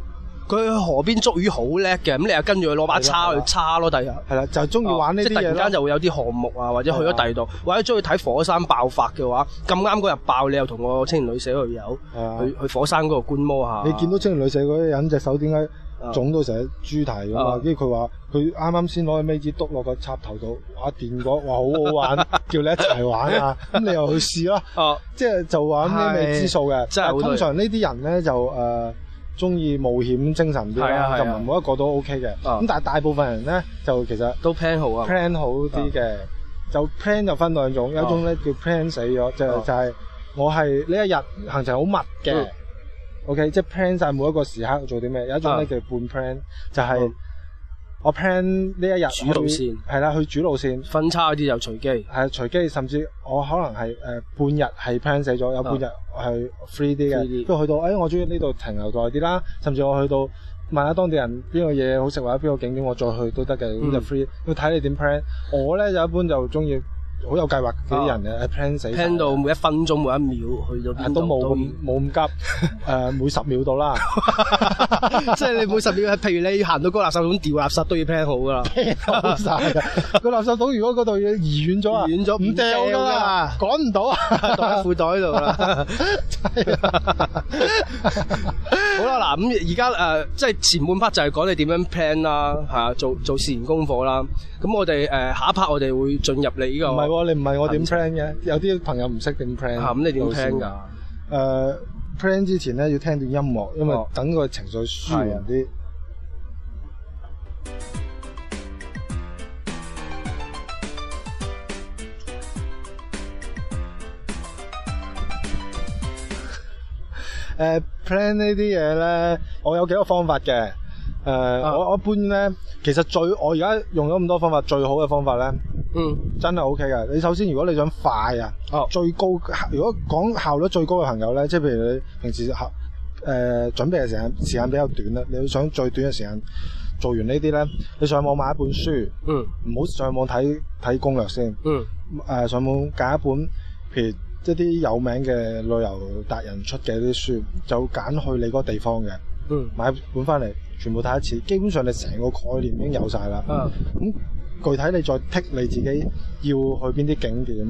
佢去河邊捉魚好叻嘅，咁你又跟住佢攞把叉係去啦叉咯，第日。啊係啦，就中意玩呢哦即啲係突嘢然咯間。就會有啲項目啊，或者去咗第二度，或者中意睇火山爆發嘅話，咁啱嗰日爆，你又同個青年女社去友係啊去啊去火山嗰度觀摩下。你見到青年女仔嗰啲人隻手點解啊腫到成隻豬蹄咁啊啊？跟住佢話佢啱啱先攞起尾指篤落個插頭度，哇電咗，哇 好好玩，叫你一齊玩啊！咁你又去試啦，哦，即係就玩啲未知數嘅。真係但好係多通人常呢啲人咧就誒中意冒險精神啲係啊係啊啦，就唔係每一個都 OK 嘅。啊咁但係大部分人咧就其實都 plan 好啊， plan 好啲嘅，就 plan 就分兩種，有一種咧叫 plan 死咗，就哦就係我係呢一日行程好密嗯嘅，OK，即係 plan 晒每一個時刻做啲咩。有一種啊咧叫半 plan，就係嗯我 plan 呢一日主路去線係啦，去主路線分叉嗰啲就隨機。係隨機，甚至我可能係誒、呃半日係 plan 死咗，有半日係 free 啲啊 free 啲嘅，都去到誒、哎我中意呢度停留耐啲啦，甚至我去到問下當地人邊個嘢好食或者邊個景點我再去都得嘅，咁、嗯就 free。要睇你點 plan。我咧就一般就中意好有計劃嗰啲人嘅、係 plan 死晒。聽啊到每一分鐘每一秒去到啊邊度都冇咁冇 咁急，誒、每十秒到啦，即係你每十秒，譬如你行到個垃圾桶掉垃圾都要 plan 好噶啦。啊好晒㗎個垃圾桶如果嗰度要移遠咗啊，移遠咗唔掉唔㗎掉㗎啦，趕唔到 啊！袋喺褲袋度啦。啊好啦，嗱咁而家誒，即係前半 part 就係講你點樣 plan 啦，嚇做做事前功課啦。咁我哋誒、呃下一 part 我哋會進入你呢、個唔係喎，你唔係我點行程 plan 嘅？有啲朋友唔識點 plan。啊嚇咁你點路線 plan 㗎？？誒、plan 之前咧要聽段音樂，因為哦等個情緒舒緩啲。啊 誒、plan 呢啲嘢咧，我有幾個方法嘅。誒、啊我我一般咧，其實最我而家用咗咁多方法，最好嘅方法咧，嗯，真係 OK 嘅。你首先如果你想快啊，哦最高如果講效率最高嘅朋友咧，即係譬如你平時合誒、呃、準備嘅時間時間比較短啦，你想最短嘅時間做完呢啲咧，你上網買一本書，嗯唔好上網睇睇攻略先，誒、呃嗯上網揀一本譬如一啲有名嘅旅遊達人出嘅啲書，就揀去你嗰個地方嘅，嗯買本翻嚟全部睇一次，基本上你成個概念已經有晒啦。啊咁具體你再剔你自己要去邊啲景點，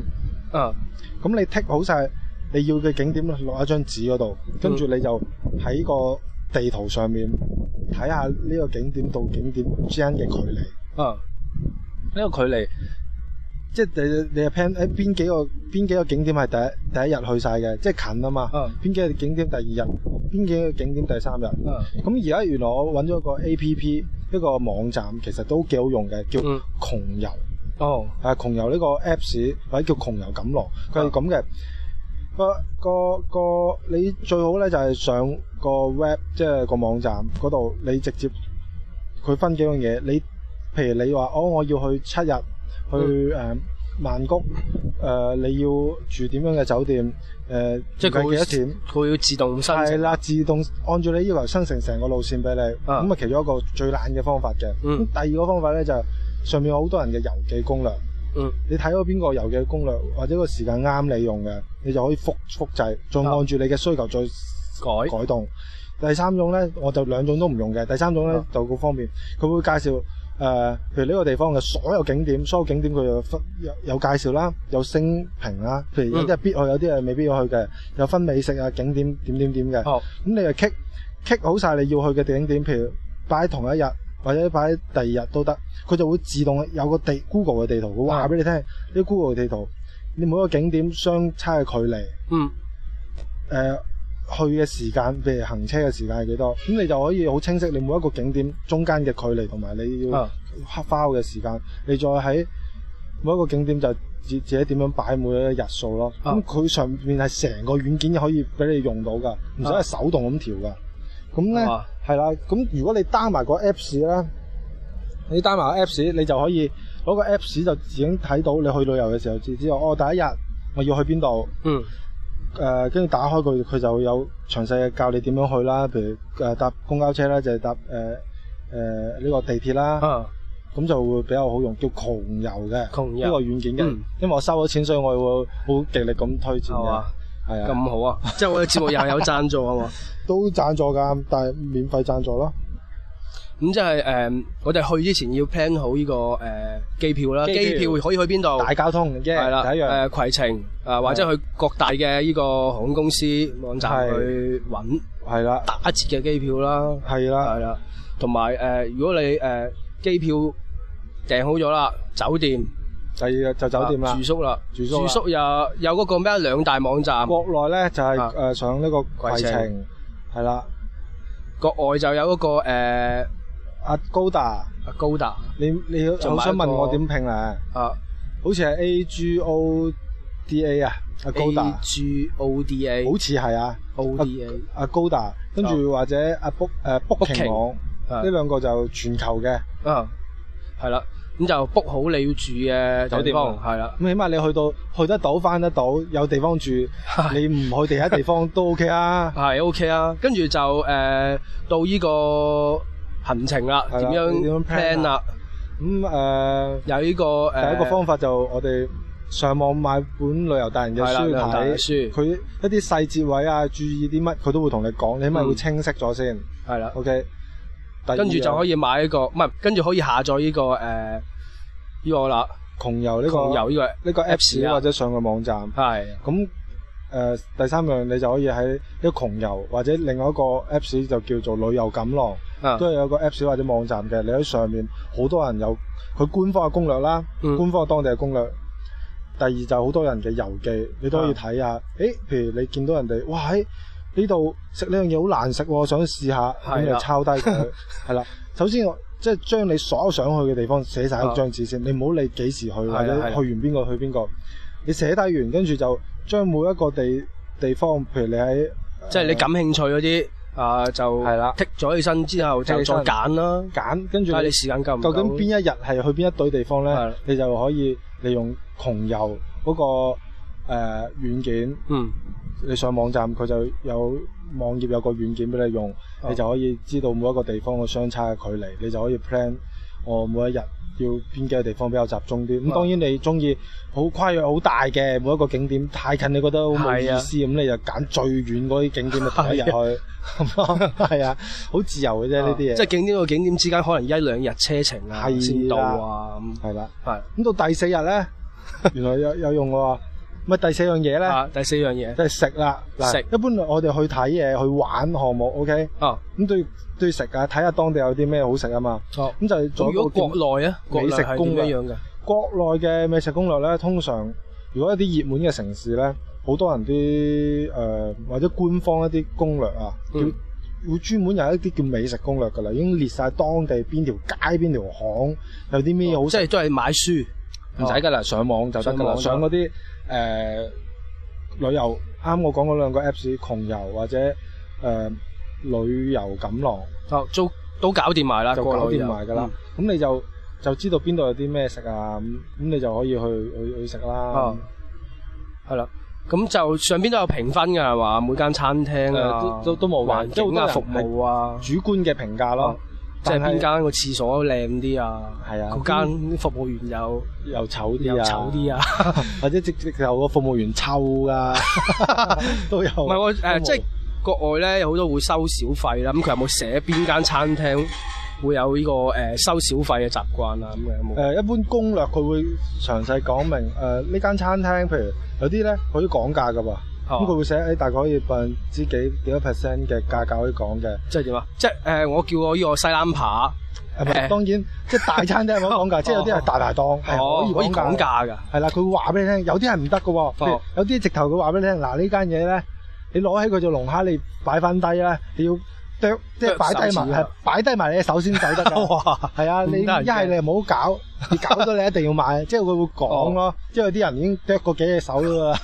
啊咁你剔好晒你要嘅景點落一張紙嗰度，跟住你就喺個地圖上面睇下呢個景點到景點之間嘅距離，啊呢個距離。即係你你係 plan 誒邊幾個邊幾個景點係第一第一日去晒嘅，即係近啊嘛。嗯邊幾個景點第二日，邊幾個景點第三日。啊咁而家原來我揾咗個 A P P 一個網站，其實都幾好用嘅，叫嗯窮遊。哦，誒啊窮遊呢個 Apps 或者叫窮遊錦囊，佢係咁嘅。個個個你最好咧就係上個 web 即係個網站嗰度，你直接佢分幾樣嘢。你譬如你話哦，我要去七日去誒、呃曼谷，誒、呃你要住點樣嘅酒店？誒、即係佢唔會計幾多錢？佢要自動生係成。啦，自動按照你要求生成成個路線俾你，啊咁啊其中一個最懶嘅方法嘅。咁、嗯第二個方法咧就係上面有好多人嘅遊記攻略，嗯你睇到邊個遊記攻略或者個時間啱你用嘅，你就可以複複製，再啊按住你嘅需求再改改動。第三種咧，我就兩種都唔用嘅。第三種咧啊就好方便，佢會介紹誒、呃譬如呢個地方嘅所有景點，所有景點佢有分有有介紹啦，有星評啦，譬如有啲係必去，有啲係未必要去嘅，有分美食啊、景點點點點嘅。哦，咁你就 kick kick 好晒你要去嘅景點，譬如擺喺同一日或者擺喺第二日都得，佢就會自動有個地 Google 嘅地圖，佢話俾你聽，呢、Google 嘅地圖你每個景點相差嘅距離，誒、呃嗯，去嘅時間，譬如行車嘅時間係幾多，咁你就可以好清晰你每一個景點中間嘅距離同埋你要啊，花嘅時間，你再喺每一個景點就自自己點樣擺每一日數咯。啊咁佢、上面係成個軟件可以俾你用到噶，唔使係手動咁調噶。咁咧哇係啦，咁如果你 down 埋個 apps 咧，你 down 埋個 apps，你就可以攞個 apps 就已經睇到你去旅遊嘅時候，就知道哦，第一日我要去邊度。嗯，誒，跟住打開佢，佢就會有詳細嘅教你點樣去啦。譬如誒、呃搭公交車啦，就係、搭誒誒呢個地鐵啦。啊，咁就會比較好用，叫窮遊嘅窮遊呢個軟件嘅，嗯因為我收咗錢，所以我會好極力咁推薦係嘅嘛，，係啊，咁好啊，即係我哋節目又有贊助啊嘛。都贊助㗎，但係免費贊助咯， 咁即係誒，我哋去之前要 plan 好呢個誒機票啦，機機票票可以去邊度？大交通嘅，係啦，第一樣誒攜程啊，或者去各大嘅呢個航空公司網站係去揾係啦，打折嘅機票啦，係啦，係啦，同埋誒，如果你誒機票訂好咗啦，酒店第二日就酒店啊啦住。宿啦，住宿啦又有嗰個咩啊兩大網站，國內咧就係啊誒上呢個攜攜程程，係啦，國外就有嗰個誒阿高達，高達你你好仲買想一個問我點拼啊？啊好似係 A G O D A 啊，阿高 A 達， G O D A 哦好似係啊， O D A 阿高達，跟住或者阿 Book 誒 Booking Booking 網。啊呢兩個就全球嘅，啊係啦，咁就 book 好你要住嘅酒地店方啊係啦，咁起碼你去到去得到翻得到，有地方 住，你唔去其他地方都 OK 啊。係 OK 啊，跟住就誒到呢個行程啦，係點啦點樣樣 plan plan 啦？咁誒、呃有呢個呃誒第一個方法就我哋上網買本旅遊達人嘅係啦書旅遊達人嘅睇，書佢一啲細節位啊，注意啲乜佢都會同你講，你起碼嗯會清晰咗先。係啦， OK，第二啊嗯跟住就可以以買呢個唔係，跟住可以下載呢個誒呢個啦，窮遊呢、個窮遊呢個呢個 Apps Apps 啊或者上個網站。係咁誒、呃第三樣你就可以喺呢個窮遊或者另外一個 Apps 就叫做旅遊錦囊。啊都係有個 Apps 或者網站嘅，你喺上面好多人有佢官方嘅攻略啦，嗯官方當地嘅攻略。第二就係好多人嘅遊記，你都可以睇下。啊誒，譬如你見到人哋，哇喺呢度食呢樣嘢好難食喎，想試下，係啦啊咁你就抄低 佢，係啦。首先我即係將你所有想去嘅地方寫晒喺張紙先，你唔好理幾時去啦或者係啦啊去完邊個去邊個，你寫低完，跟住就將每一個地地方，譬如你喺即係你感興趣嗰啲啊就係啦剔咗起身之後就剔再起身揀啦，揀，跟睇住啊下你時間夠唔夠究竟邊一日係去邊一堆地方係咧，你就可以利用窮遊嗰、個誒、呃、軟件，嗯你上網站佢就有網頁有個軟件俾你用，哦你就可以知道每一個地方嘅相差嘅距離，你就可以 plan 我每一日。要邊幾個地方比較集中啲？咁哦當然你中意好跨越好大嘅每一個景點，太近你覺得好冇意係啊思，咁你就揀最遠嗰啲景點咪同一日 去， 係啊，好自由嘅啫呢啲嘢。啊即係景點到景點之間可能一兩日車程啊係啦先到啊咁係啦。係咁到第四日 咧，原來有有用喎。咪第四樣嘢咧，啊第四樣嘢就係食啦。嗱食一般我哋去睇嘢、去玩項目，OK，啊咁都要都要食啊，睇下當地有啲咩好食啊嘛。錯。咁就做一如個果國內啊，國內美食係攻點略樣樣嘅？國內嘅美食攻略咧，通常如果一啲熱門嘅城市咧，好多人啲誒、呃或者官方一啲攻略啊，叫嗯會專門有一啲叫美食攻略噶啦，已經列晒當地邊條街、邊條巷有啲咩好哦哦即食。係都係買書，唔使噶啦，上網就得噶啦，上上嗰網啲誒旅遊啱我講嗰兩個 Apps 窮遊或者誒、呃旅遊錦囊，哦，都都搞掂埋啦，就啊過嗯搞來掂就埋噶啦。。咁、你就就知道邊度有啲咩食啊，咁咁你就可以去去去食啦哦。系啦，咁就上邊都有評分㗎係嘛？每間餐廳啊，誒都都都冇㗎環即係好境多啊、人服務啊，主觀嘅評價咯哦，即係邊但係間個廁所靚啲啊？係啊嗰間服務員又又醜又啲啊，醜啲啊？或者直直有個服務員臭 噶，都有。唔唔係我呃誒，即係國外咧有好多會收小費啦。咁佢有冇寫邊間餐廳會有呢個誒收小費嘅習慣啊？咁樣有冇？誒一般攻略佢會詳細講明誒呢間餐廳，譬如有啲咧佢都講價噶噃，咁佢、哦會寫誒、大概可以百分之幾幾多 percent 嘅價格可以講嘅。即係點啊？即係誒，我叫我呢個西冷扒，係咪？誒當然即係大餐廳冇得 講價，即係有啲係大排檔係、哦，可以講講價。價㗎。係啦，佢會話俾你聽，有啲係唔得嘅喎，譬如哦有啲直頭佢話俾你聽，嗱呢間嘢咧，你攞起佢做龍蝦，你擺翻低咧，你要剁即係剁擺低手埋指係啊擺低埋你嘅手先走得㗎。哇！係啊，你一咁得係人驚你又唔好 搞，你搞咗你一定要買，即係佢會講咯。即係有啲人已經剁過幾隻手啦，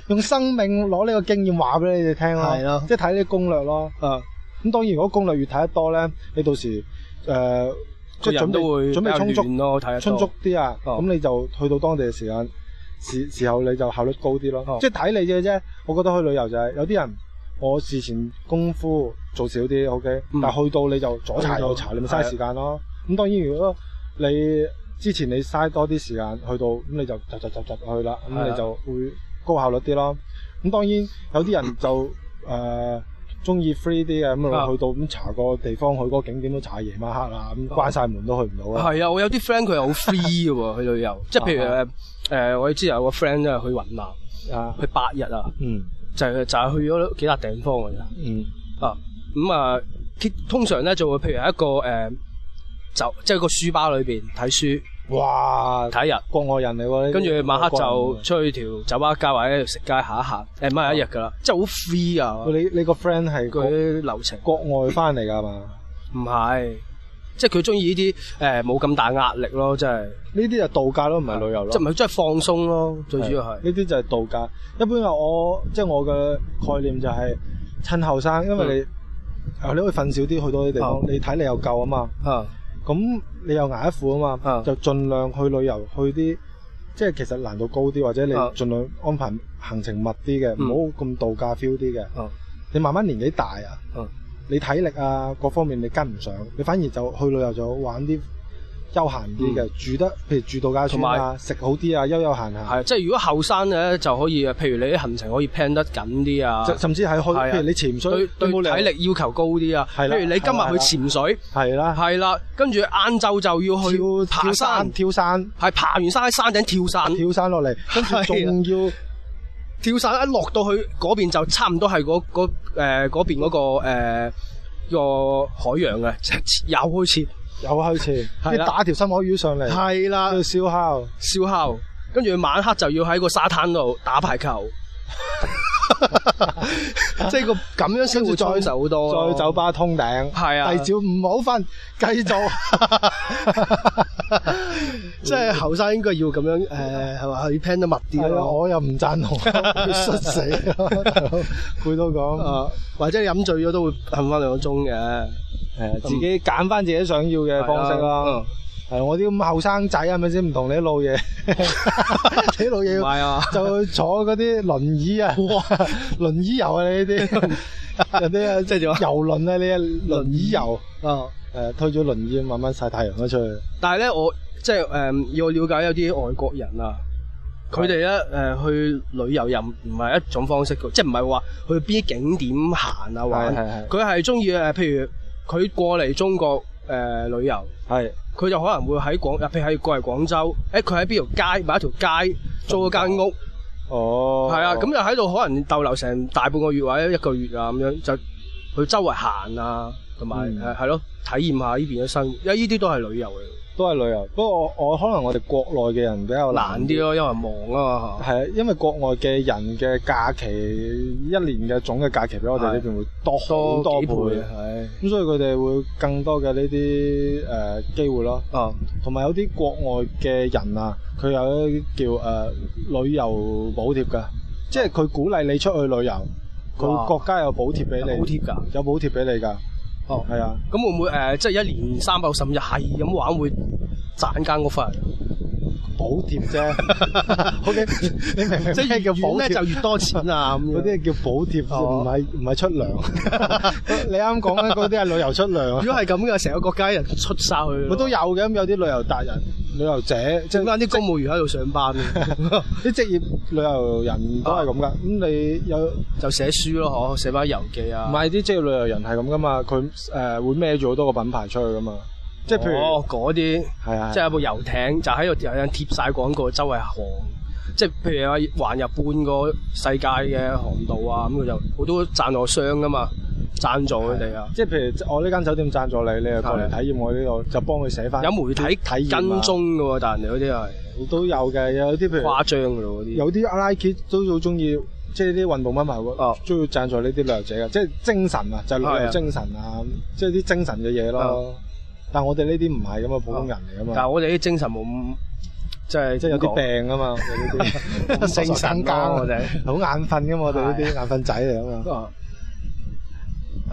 用生命攞呢個經驗話俾你哋聽係咯咯，即係睇呢啲攻略咯。啊，咁當然，如果攻略越睇得多咧，你到時誒即個係人準都會備準備充足比較亂咯，睇得多充足啲啊，哦咁你就去到當地嘅時間時時候你就效率高啲哦咯。即係睇你嘅啫。我覺得去旅遊就係有啲人我事前功夫做少啲，OK，嗯但係去到你就左查右查，你咪係啊嘥時間咯。咁當然如果你之前你嘥多啲時間去到，咁你就就就就就去啦，係啊咁你就會高效率啲咯。咁當然有啲人就誒中意 free 啲嘅，咁啊啊去到咁查個地方，去嗰個景點都查夜晚黑啦，啊咁關晒門都去唔到啦。係啊，我有啲 friend 佢係好 free 嘅喎，去 旅遊，即係譬如啊誒誒，我之前有個 friend 咧去雲南，啊，去八日啊，嗯就係就係去咗幾笪地方㗎咋嗯。啊，咁啊，佢通常咧就會譬如一個誒就即係個書包裏邊睇書哇！睇一日。國外人嚟喎，呢啲跟住晚黑就國出去條酒吧街或者食街行一行，誒唔啊係一日㗎啦，即係好 free 人啊嚟喎你你個 friend 係佢國啲流程。國外翻嚟㗎嘛？唔係，即係佢中意呢啲誒冇咁大壓力咯，即係呢啲就度假咯，唔係旅遊咯。即係唔係即係放鬆咯，最主要係呢啲就係度假。一般我即係我嘅概念就係趁後生，因嗯為你啊你可以瞓少啲去多啲地方哦，你體力又夠啊嘛。啊咁你又捱得苦啊嘛，啊就盡量去旅遊去啲。即係其實難度高啲，或者你啊盡量安排行程密啲嘅，唔嗯好咁度假 feel 啲嘅。啊你慢慢年紀大啊，嗯你體力啊各方面你跟唔上，你反而就去旅遊就玩啲休閒啲嘅，住得譬如住度假村嗯同啊，食好啲啊，休休閒閒，係即係如果後生咧就可以，呃譬如你啲行程可以 plan 得緊啲啊，就甚至係去係啊譬如你潛對水，對你冇理由體力要求高啲啊。係啦譬如你今係啦日去潛水，係啦，係啦，跟住晏晝就要跳去爬跳山山，跳山係爬完山喺山頂跳傘，跳山落嚟，跟係住啊仲要跳傘一落到去嗰邊就差唔多係嗰嗰誒嗰邊嗰個誒個海洋啊， 又開始又開始，係啦你打條深海魚上嚟，係啊啦要燒烤，燒烤，跟住晚黑就要喺個沙灘度打排 球，即係個咁樣先會裝手好多咯再酒 吧通頂，係第啊二朝唔好瞓，繼 續。即係後生應該要咁樣誒係嘛，去 plan 得密啲係啊，咯，我又唔贊 同，會摔死咯，大佬攰到咁。啊或者飲醉咗都會瞓翻兩個鐘嘅係啊，自己揀翻自己想要嘅方式啦。嗯係啊我啲咁後生仔係咪先唔同你啲老嘢？ 你啲老唔嘢係啊，就坐嗰啲輪椅啊， 輪椅遊啊你呢 啲，人哋啊嗯即係點啊遊輪啊你啊輪椅遊，啊！誒推咗輪椅慢慢曬太陽咗出去。但係咧，我即係誒、要了解有啲外國人啊，佢哋咧誒去旅遊又唔係一種方式嘅，即係唔係話去邊啲景點行啊玩係係係，佢係中意誒，譬如佢過嚟中國誒、旅遊，係佢就可能會喺廣，譬如喺過嚟廣州，誒佢喺邊條街買一條街租咗間屋，哦係啊，咁就喺度可能逗留成大半個月或者一個月啊咁樣，就去周圍行啊，同埋嗯誒係咯，體驗下呢邊嘅生活，因為呢啲都係旅遊嚟。都係旅遊。不過我我可能我哋國內嘅人比較難啲咯，因為忙啊嘛。係啊，因為國外嘅人嘅假期一年嘅總嘅假期比我哋呢邊會多好多多幾倍倍啊，係咁所以佢哋會更多嘅呢啲誒機會咯。啊，同埋有啲國外嘅人啊，佢有啲叫誒、呃旅遊補貼㗎，即係佢鼓勵你出去旅遊，哇佢國家有補貼俾你，好貼㗎。有補貼俾你㗎，哦，係啊，咁會唔會誒、呃即係一年三百六十五日係咁玩，會賺間屋翻嚟？補貼 啫。OK，你明唔明即係咩越叫遠補咧就貼？越多錢啊！咁嗰樣啲係叫補貼，哦唔係唔係出 糧。你啱講緊嗰啲係旅遊出糧啊如，果係咁嘅，成個國家人出晒去咯。我都有嘅。咁有啲旅遊達人、旅遊者，即點係解啲公務員喺度上班 啲職業旅遊人都係咁㗎。咁你有就寫書咯，嗬，寫翻遊記啊。唔係啲職業旅遊人係咁噶嘛，佢誒、呃、會孭住好多個品牌出去噶嘛，即係譬如哦，嗰啲係啊，即係有部遊艇就喺度有人貼晒廣告，周圍行。即係譬如話環入半個世界嘅航道啊，咁佢就好多贊助商噶嘛，贊助佢哋啊。即係譬如我呢間酒店贊助你，你又過嚟體驗我呢度，就幫佢寫翻有媒體體驗跟啊蹤嘅喎，但係嗰啲係都有嘅，有啲譬如誇張嘅咯，嗰啲有啲 Nike 都好中意，即係啲運動品牌會哦中意贊助呢啲旅遊者嘅，即係精神啊，就係旅係啊哦遊精神啊，即係啲精神嘅嘢咯。但我哋呢啲唔係咁啊，普通人嚟噶但嘛，係我哋啲精神冇咁，即係即係有點啲哦講病啊嘛，我哋呢 啲精神更咯，我哋。好眼瞓噶嘛，我哋呢啲眼瞓仔嚟噶嘛。啊，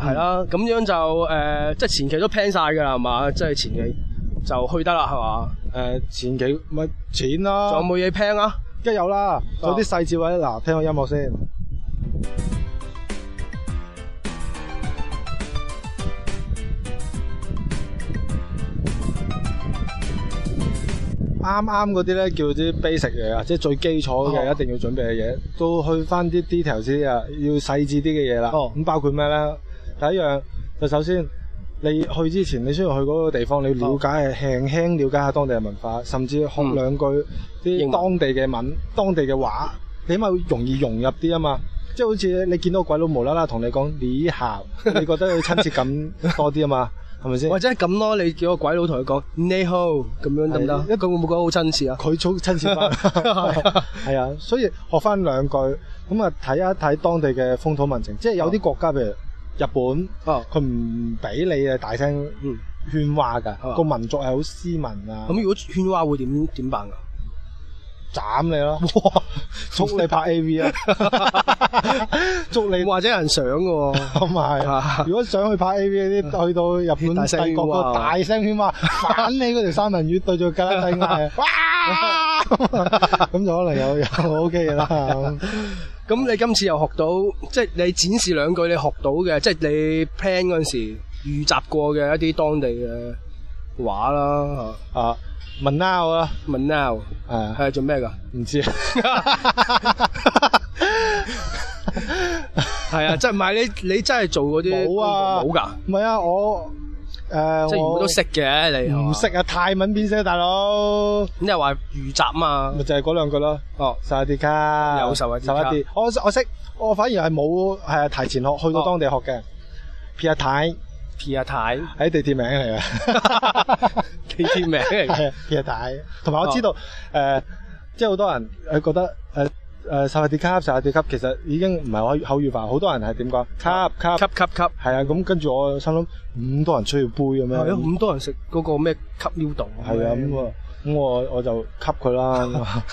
系啦，咁樣就誒、呃即係前期都 plan 晒㗎啦，係嘛？即係前期就去得啦，係嘛？誒、前幾咪錢啦，仲有冇嘢 plan 啊？梗有啦，有啲細節位嗱，聽個音樂先。啱啱嗰啲咧叫啲 basic 嘢啊，即係最基礎嘅、哦一定要準備嘅嘢，都去翻啲 detail 先啊，要細緻啲嘅嘢啦。哦咁包括咩咧？第一樣就首先你去之前，你需要去嗰個地方，你要了解、輕輕了解下當地嘅文化，甚至學哦嗯兩句英文啲當地嘅文、當地嘅話，你起碼會容易融入啲啊嘛。即係好似你見到個鬼佬無啦啦同你講你好，你覺得佢親切感多啲啊 嘛，係咪先？或者係咁咯，你叫個鬼佬同佢講 n 好咁樣得唔得？係一句會唔會覺得好親切啊？佢好親切 翻，係啊，所以學翻兩句，咁啊睇一睇當地嘅風土民情，即係有啲國家譬如日哦，本，佢唔俾你啊大聲嗯，喧譁係嘛㗎，個民族係好斯文啊，啊咁如果圈話會點點辦啊？斬你咯，哇， 捉你拍 A V 啊，捉你或者有人想嘅喎， 咁係，如果想去拍 A V 嗰啲，去到日本大聲帝國喧個譁大聲 喧譁，反你嗰條三文魚對住格拉 底嗌，哇！咁就可能有有 OK 嘅啦。咁你今次又學到，即係你展示兩句你學到嘅，即係你 plan 嗰陣時預習過嘅一啲當地嘅話啦。啊，問 now 啊，問 now 誒，係做咩㗎？ 唔知系 啊，即系唔系你你真系做嗰啲冇啊冇噶，唔係啊，我誒即系全部都識嘅你係嘛唔識啊，泰文邊識啊，大佬咁又話預習嘛咪，就係嗰兩句咯。哦薩瓦迪卡，有薩瓦迪卡薩瓦我我識，我反而係冇係提前學去哦到當地學嘅。撇太，P 阿啊太喺地鐵名嚟 嘅。地鐵名 嚟嘅，係啊，其實大，同哦埋我知道誒、呃即係好多人誒覺得呃誒誒薩瓦迪卡、薩瓦迪卡其實已經唔係口口語化，好多人係點講卡卡級係級級，啊，咁跟住我心諗咁多人需要杯嘅咩？係啊，咁多人食嗰個咩級尿道，係啊，咁我咁我我就吸佢 啦，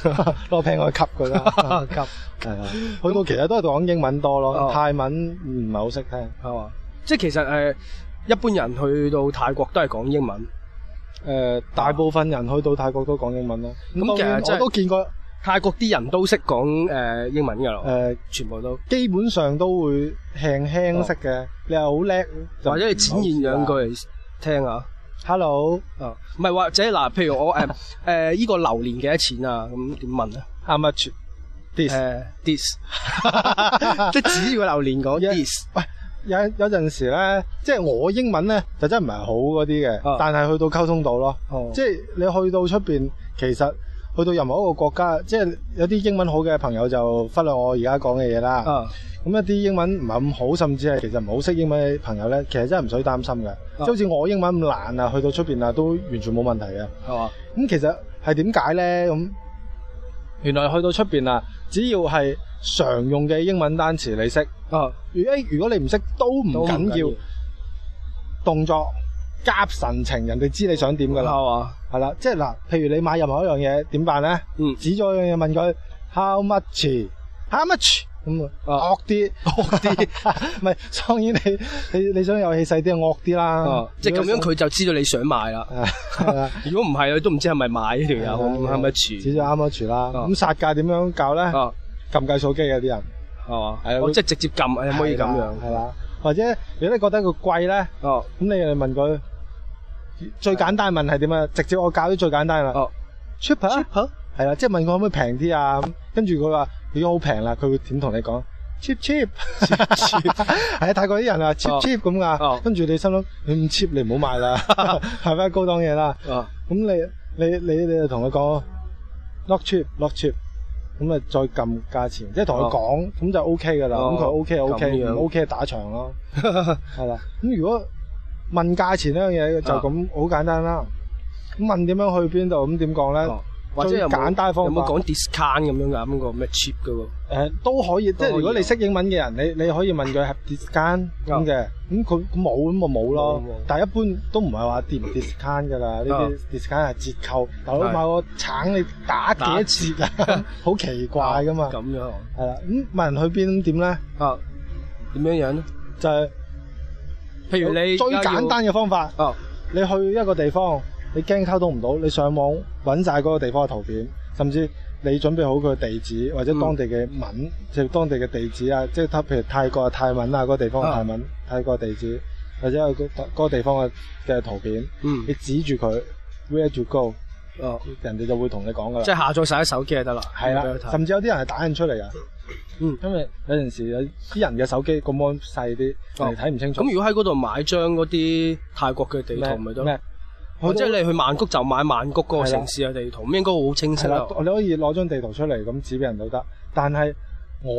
攞瓶我吸佢啦，啊級係啊，去到其實都係講英文多哦咯，泰文唔係好識聽。係嘛，即係其實誒一般人去到泰國都係講英文，誒、大部分人去到泰國都講英文啦。咁當然其實真係我都見過誒、泰國啲人都識講誒英文㗎啊啦，全部都，呃基本上都會輕輕識嘅，你又好叻，就或者你展現兩句嚟聽下。 Hello，啊，唔係或者嗱，譬如我誒誒依個榴蓮幾多錢啊？咁點問咧？ how much this？ 誒 dis，即係指住個榴蓮講 Yeah. dis，有有陣時咧，即係我英文咧就真係唔係好嗰啲啊嘅，但係去到溝通到咯。哦即係你去到出邊，其實去到任何一個國家，即係有啲英文好嘅朋友就忽略我而家講嘅嘢啦。啊咁一啲英文唔係咁好，甚至係其實唔好識英文嘅朋友咧，其實真係唔使擔心嘅。即係好似我英文咁爛啊，去到出邊啊都完全冇問題嘅。係嘛？咁其實係點解咧？咁原來去到出邊啊，只要係常用嘅英文單詞你識，啊如果如果你唔識都唔緊要，動作夾神情，人哋知你想點㗎啦，係嘛？係啦，即係嗱，譬如你買任何一樣嘢，點辦咧？ 嗯，指咗樣嘢問佢 how much，how much 咁啊惡啲， 惡啲， 唔係當然你你你想有氣勢啲，惡啲啦啊，即係咁樣佢就知道你想買啦。佢係啦， 如果唔係，都唔知係咪買呢條 友係咁啊係咪指住咗 how much 啦，啊咁殺價點樣搞咧？啊？撳計數機嘅啲人係嘛？哦係啊我即係直接撳，可唔可以咁係啊樣？啦，或者如果你覺得佢貴咧，哦咁你嚟問佢最簡單問係點啊？直接我教啲最簡單啦哦，cheaper 啊係啦，即係問佢可唔可以平啲啊？咁跟住佢話已經好平啦，佢會點同你講？cheap cheap，係 啊，泰國啲人啊 cheap 哦 cheap 咁噶哦，跟住你心諗你唔 cheap 你唔好買 啦，係咪高檔嘢啦？啊咁你你你你就同佢講 not cheap not cheap，咁啊再撳價錢，即係同佢講，咁就 O K 噶啦。哦咁佢 O K 就 O 咁 K，樣唔 O K 就打場咯， 係啦。咁如果問價錢呢樣嘢就啊咁好簡單啦。咁問點樣去邊度，咁點講咧？哦或者有最冇簡單方有法冇講 discount 咁樣㗎？咁個咩 cheap 嘅喎？誒都可以，即都可以係如果你識英文嘅人，你你可以問佢係 discount 咁嘅。咁佢佢冇咁咪冇咯冇冇。但係一般都唔係話跌唔 discount 㗎啦，呢啊啲 discount 係折扣。大佬係買個橙你打幾多 折啊？好奇怪㗎嘛。咁樣啊係啦，咁問人去邊點咧？啊？點樣樣咧？就係譬如你最而家要簡單嘅方法，哦你去一個地方，你驚溝通唔到，你上網揾晒嗰個地方嘅圖片，甚至你準備好佢嘅地址或者嗯當地嘅文，即係當地嘅地址啊，即係譬如泰國嘅泰文啊，嗰個地方嘅啊泰文，泰國嘅地址或者係嗰嗰個地方嘅嘅圖片，嗯你指住佢 where to go，哦，人哋就會同你講噶啦即。係下載晒喺手機就得啦。嗯係俾啦佢，睇甚至有啲人係打印出嚟噶。啊嗯因為有陣時有啲人嘅手機個 mon 細啲，哦人哋睇唔清楚。咁如果喺嗰度買張嗰啲泰國嘅地圖咪得咯咩？？哦我即係你去曼谷就買曼谷嗰個城市嘅地圖，咁應該好清晰係啦啦。，你可以攞張地圖出嚟咁指俾人都得。但係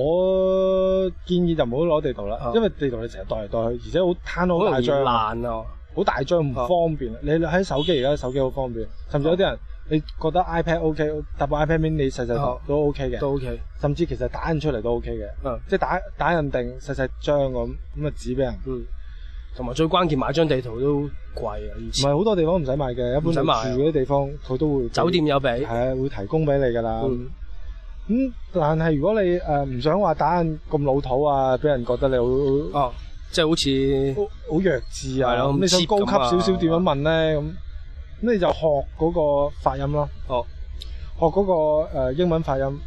我建議就唔好攞地圖啦啊，因為地圖你成日袋嚟袋去，而且好攤到好好大容易張，爛啊！好大張唔啊方便。你你喺手機而家手機好方便，甚至有啲人你覺得 iPad OK，搭部 iPad mini 細細啊頭都 OK 嘅，都 OK，甚至其實打印出嚟都 OK 嘅，嗯即係打打印定細細張咁咁啊指俾人。嗯，同埋最關鍵買張地圖都貴啊，以唔前係好多地方唔使買嘅，一般唔使買啊你住嗰啲地方佢都會酒店有俾係，啊會提供俾你㗎啦。嗯咁、但係如果你誒唔、想話打印咁老土啊，俾人覺得你好哦，即係好似好好弱智啊，係咯咁你想咁高 cheap 級少少咁啊點樣問咧咁，咁你就學嗰個發音咯，哦學嗰、個、呃、英文發音，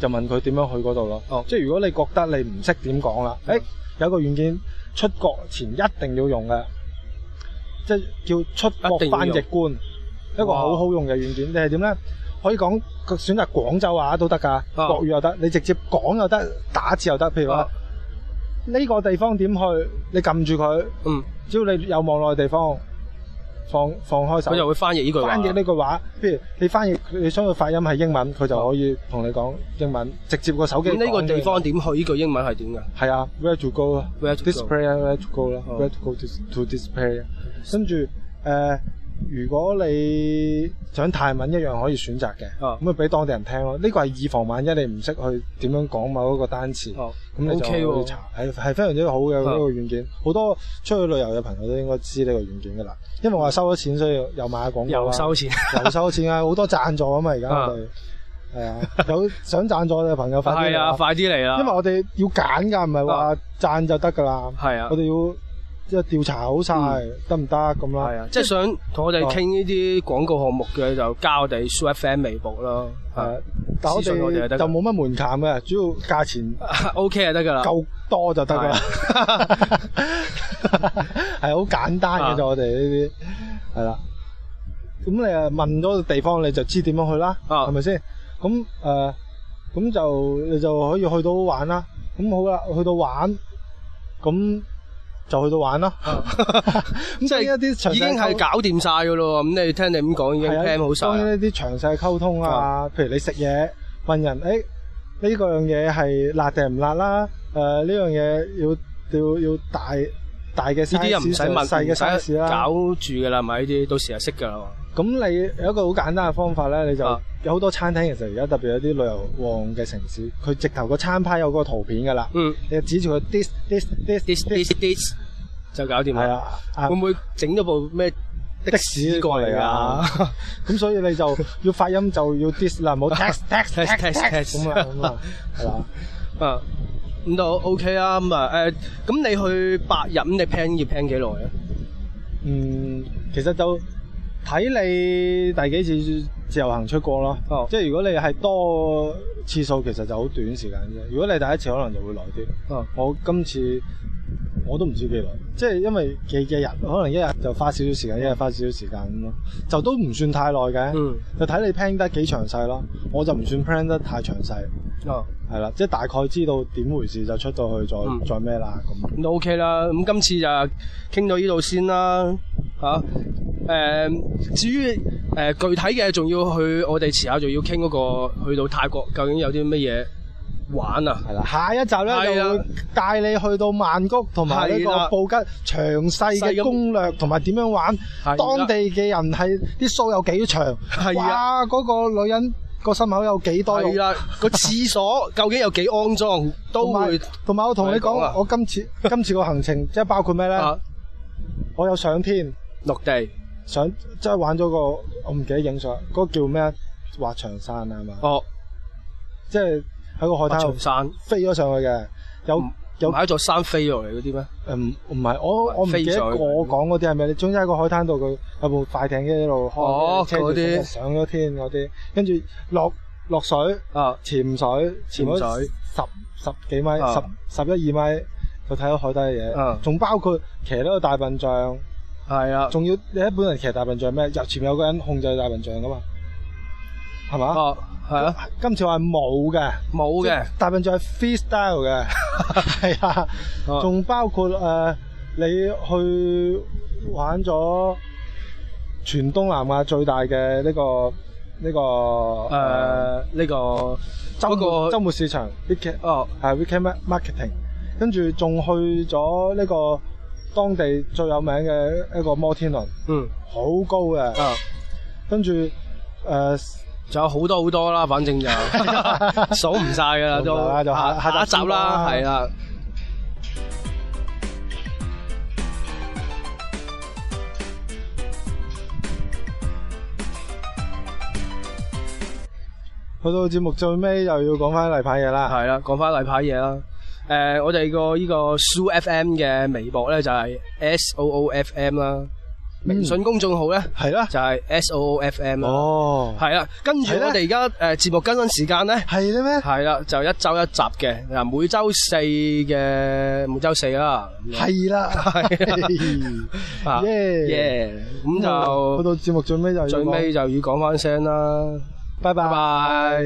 就問佢點樣去嗰度咯。哦即係如果你覺得你唔識點講啦，誒、嗯有個軟件出國前一定要用嘅，即係叫出國一定要翻用譯官，一個哇好好用嘅軟件。你係點咧？可以講佢選擇廣州話都得㗎，啊國語又得，你直接講又得，打字又得。譬如話啊呢個地方點去，你撳住佢，嗯，只要你有網絡嘅地方，放放開手佢，就會翻譯呢句話翻譯呢句話。譬如你翻譯你想佢發音係英文，佢就可以同你講英文，直接個手機咁呢個講英地文方點去？呢句英文係點㗎係啊，where to go 啊 Where to go display 啊，where to go 啦哦，where to go to to display 啊。跟住誒，如果你想泰文一樣可以選擇嘅，哦咁咪俾當地人聽咯。呢個係以防萬一你唔識去點樣講某一個單詞，咁哦你就，OK 去喎查，係係非常之好嘅呢哦個軟件。好多出去旅遊嘅朋友都應該知呢個軟件㗎啦。因為我係收咗錢，所以又買下廣告啊又啦收錢， 又收錢啊！好多贊助啊嘛，而家啊我哋係 啊，有想贊助嘅朋友快啲係嚟啊啊，快啲嚟啦！因為我哋要揀㗎，唔係話讚就得㗎啦。係啊我。哋要即係調查好晒嗯得唔得咁係啦。啊，即係想同我哋哦傾呢啲廣告項目嘅，就加我哋 s u FM 微博啦。誒，啊但我私信我哋哋就得㗎就冇乜門檻嘅，主要價錢 OK 就得噶啦。夠多就得㗎啦。 係好簡單嘅啫，啊我哋呢啲係啦。咁你啊問咗個地方，你就知點樣去啦，啊係咪先？咁誒，咁就你就可以去到玩啦。咁好啦，去到玩，咁就去到玩啦。 咁即當係然一啲詳細已經係溝搞掂晒噶咯，咁你聽你咁講已經係啊 plan 好當晒啦。然一啲詳細溝通啊，譬如你食嘢問人，誒呢個樣嘢係辣定唔辣啦？誒呢樣嘢要要要大大嘅呢啲又唔 size 使問，細嘅 size 唔使啦搞。住噶啦，咪呢啲到時就識噶啦。咁你有一個好簡單嘅方法咧，你就啊有好多餐廳其實而家特別有啲旅遊旺嘅城市，佢直頭個餐牌有個圖片㗎啦，嗯你就指住佢 this this this this，this this this 就搞掂係啦。啊，啊會唔會整咗部咩的士過過嚟 嚟啊啊？咁所以你就要發音就要 dis 啦， 唔好 text text Test, text test, text test 咁啊咁啊，係啦。啊？咁就 OK 啦。咁啊誒，咁你去白日咁你 plan 要 plan 幾耐咧？嗯，其實就睇你第幾次自由行出國咯。哦即係如果你係多次數，其實就好短時間啫。如果你第一次可能就會耐啲。哦我今次我都唔知幾耐，即係因為幾幾日，可能一日就花少少時間，一日花少少時間咁咯，就都唔算太耐嘅。嗯就睇你 plan 得幾詳細咯。我就唔算 plan 得太詳細，哦。係啦，即係大概知道點回事就出到去再、嗯再咩啦咁。咁都 OK 啦。咁今次就傾到呢度先啦，嚇、誒至於誒、具體嘅，仲要去我哋遲下仲要傾嗰、個去到泰國究竟有啲乜嘢玩啊？係啦，下一集咧係就啦會帶你去到曼谷同埋呢係啦個布吉，詳細細嘅咁攻略同埋點樣玩，係啦當地嘅人係啲須有幾長，係啊，哇！嗰、個女人個心口有幾多肉係啦，個廁所究竟有幾安裝 都會同埋我同你講，同你講啊我今次 今次個行程即係包括咩咧？啊我有上天，落地上即係玩咗個我唔記得影相，嗰、個叫咩啊？滑翔傘啊嘛，哦，即係喺個海白灘長度山飛咗上去嘅，有唔有買咗山飛落嚟嗰啲咩？誒唔嗯唔係，我我唔記飛得上去我講嗰啲係咩？你總之喺個海灘度，佢有部快艇機一路開，哦車住嗰啲上咗天嗰啲，跟住落落水啊，潛水，潛咗潛水十十幾米，啊十十一二米就睇到海底嘅嘢啊，仲、包括騎到個大笨象，係啊，仲要你一本人騎大笨象咩？入前面有個人控制大笨象噶嘛，係嘛？哦，係啊，今次我係冇嘅。冇嘅，大笨象係 freestyle 嘅，係啊，哦仲包括誒、呃你去玩咗全東南亞最大嘅呢、個呢、個誒、誒呢個週末嗰個週末市場 weekend 哦係 weekend marketing，跟住仲去咗呢個當地最有名嘅一個摩天輪，嗯好高嘅，啊。跟住誒。呃仲有好多好多啦，反 正就數唔晒噶啦，數唔晒啦都就下下下集一集啦啦，係啦。去到節目最尾又要講翻例牌嘢啦，係啦，講翻例牌嘢啦。誒、我哋個呢個 Soo FM 嘅微博咧就係 S O O F M 啦，微信公眾號咧係啦，就係 S O O F M 啦。哦，係啦，跟住係咧我哋而家誒節目更新時間咧，係咧咩？係啦，就一周一集嘅，嗱每周四嘅每周四 啦。係啦，係啊耶耶，咁去就到節目最尾就要最講尾，就要講翻聲啦。拜拜拜拜。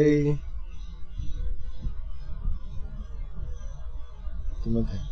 點樣停？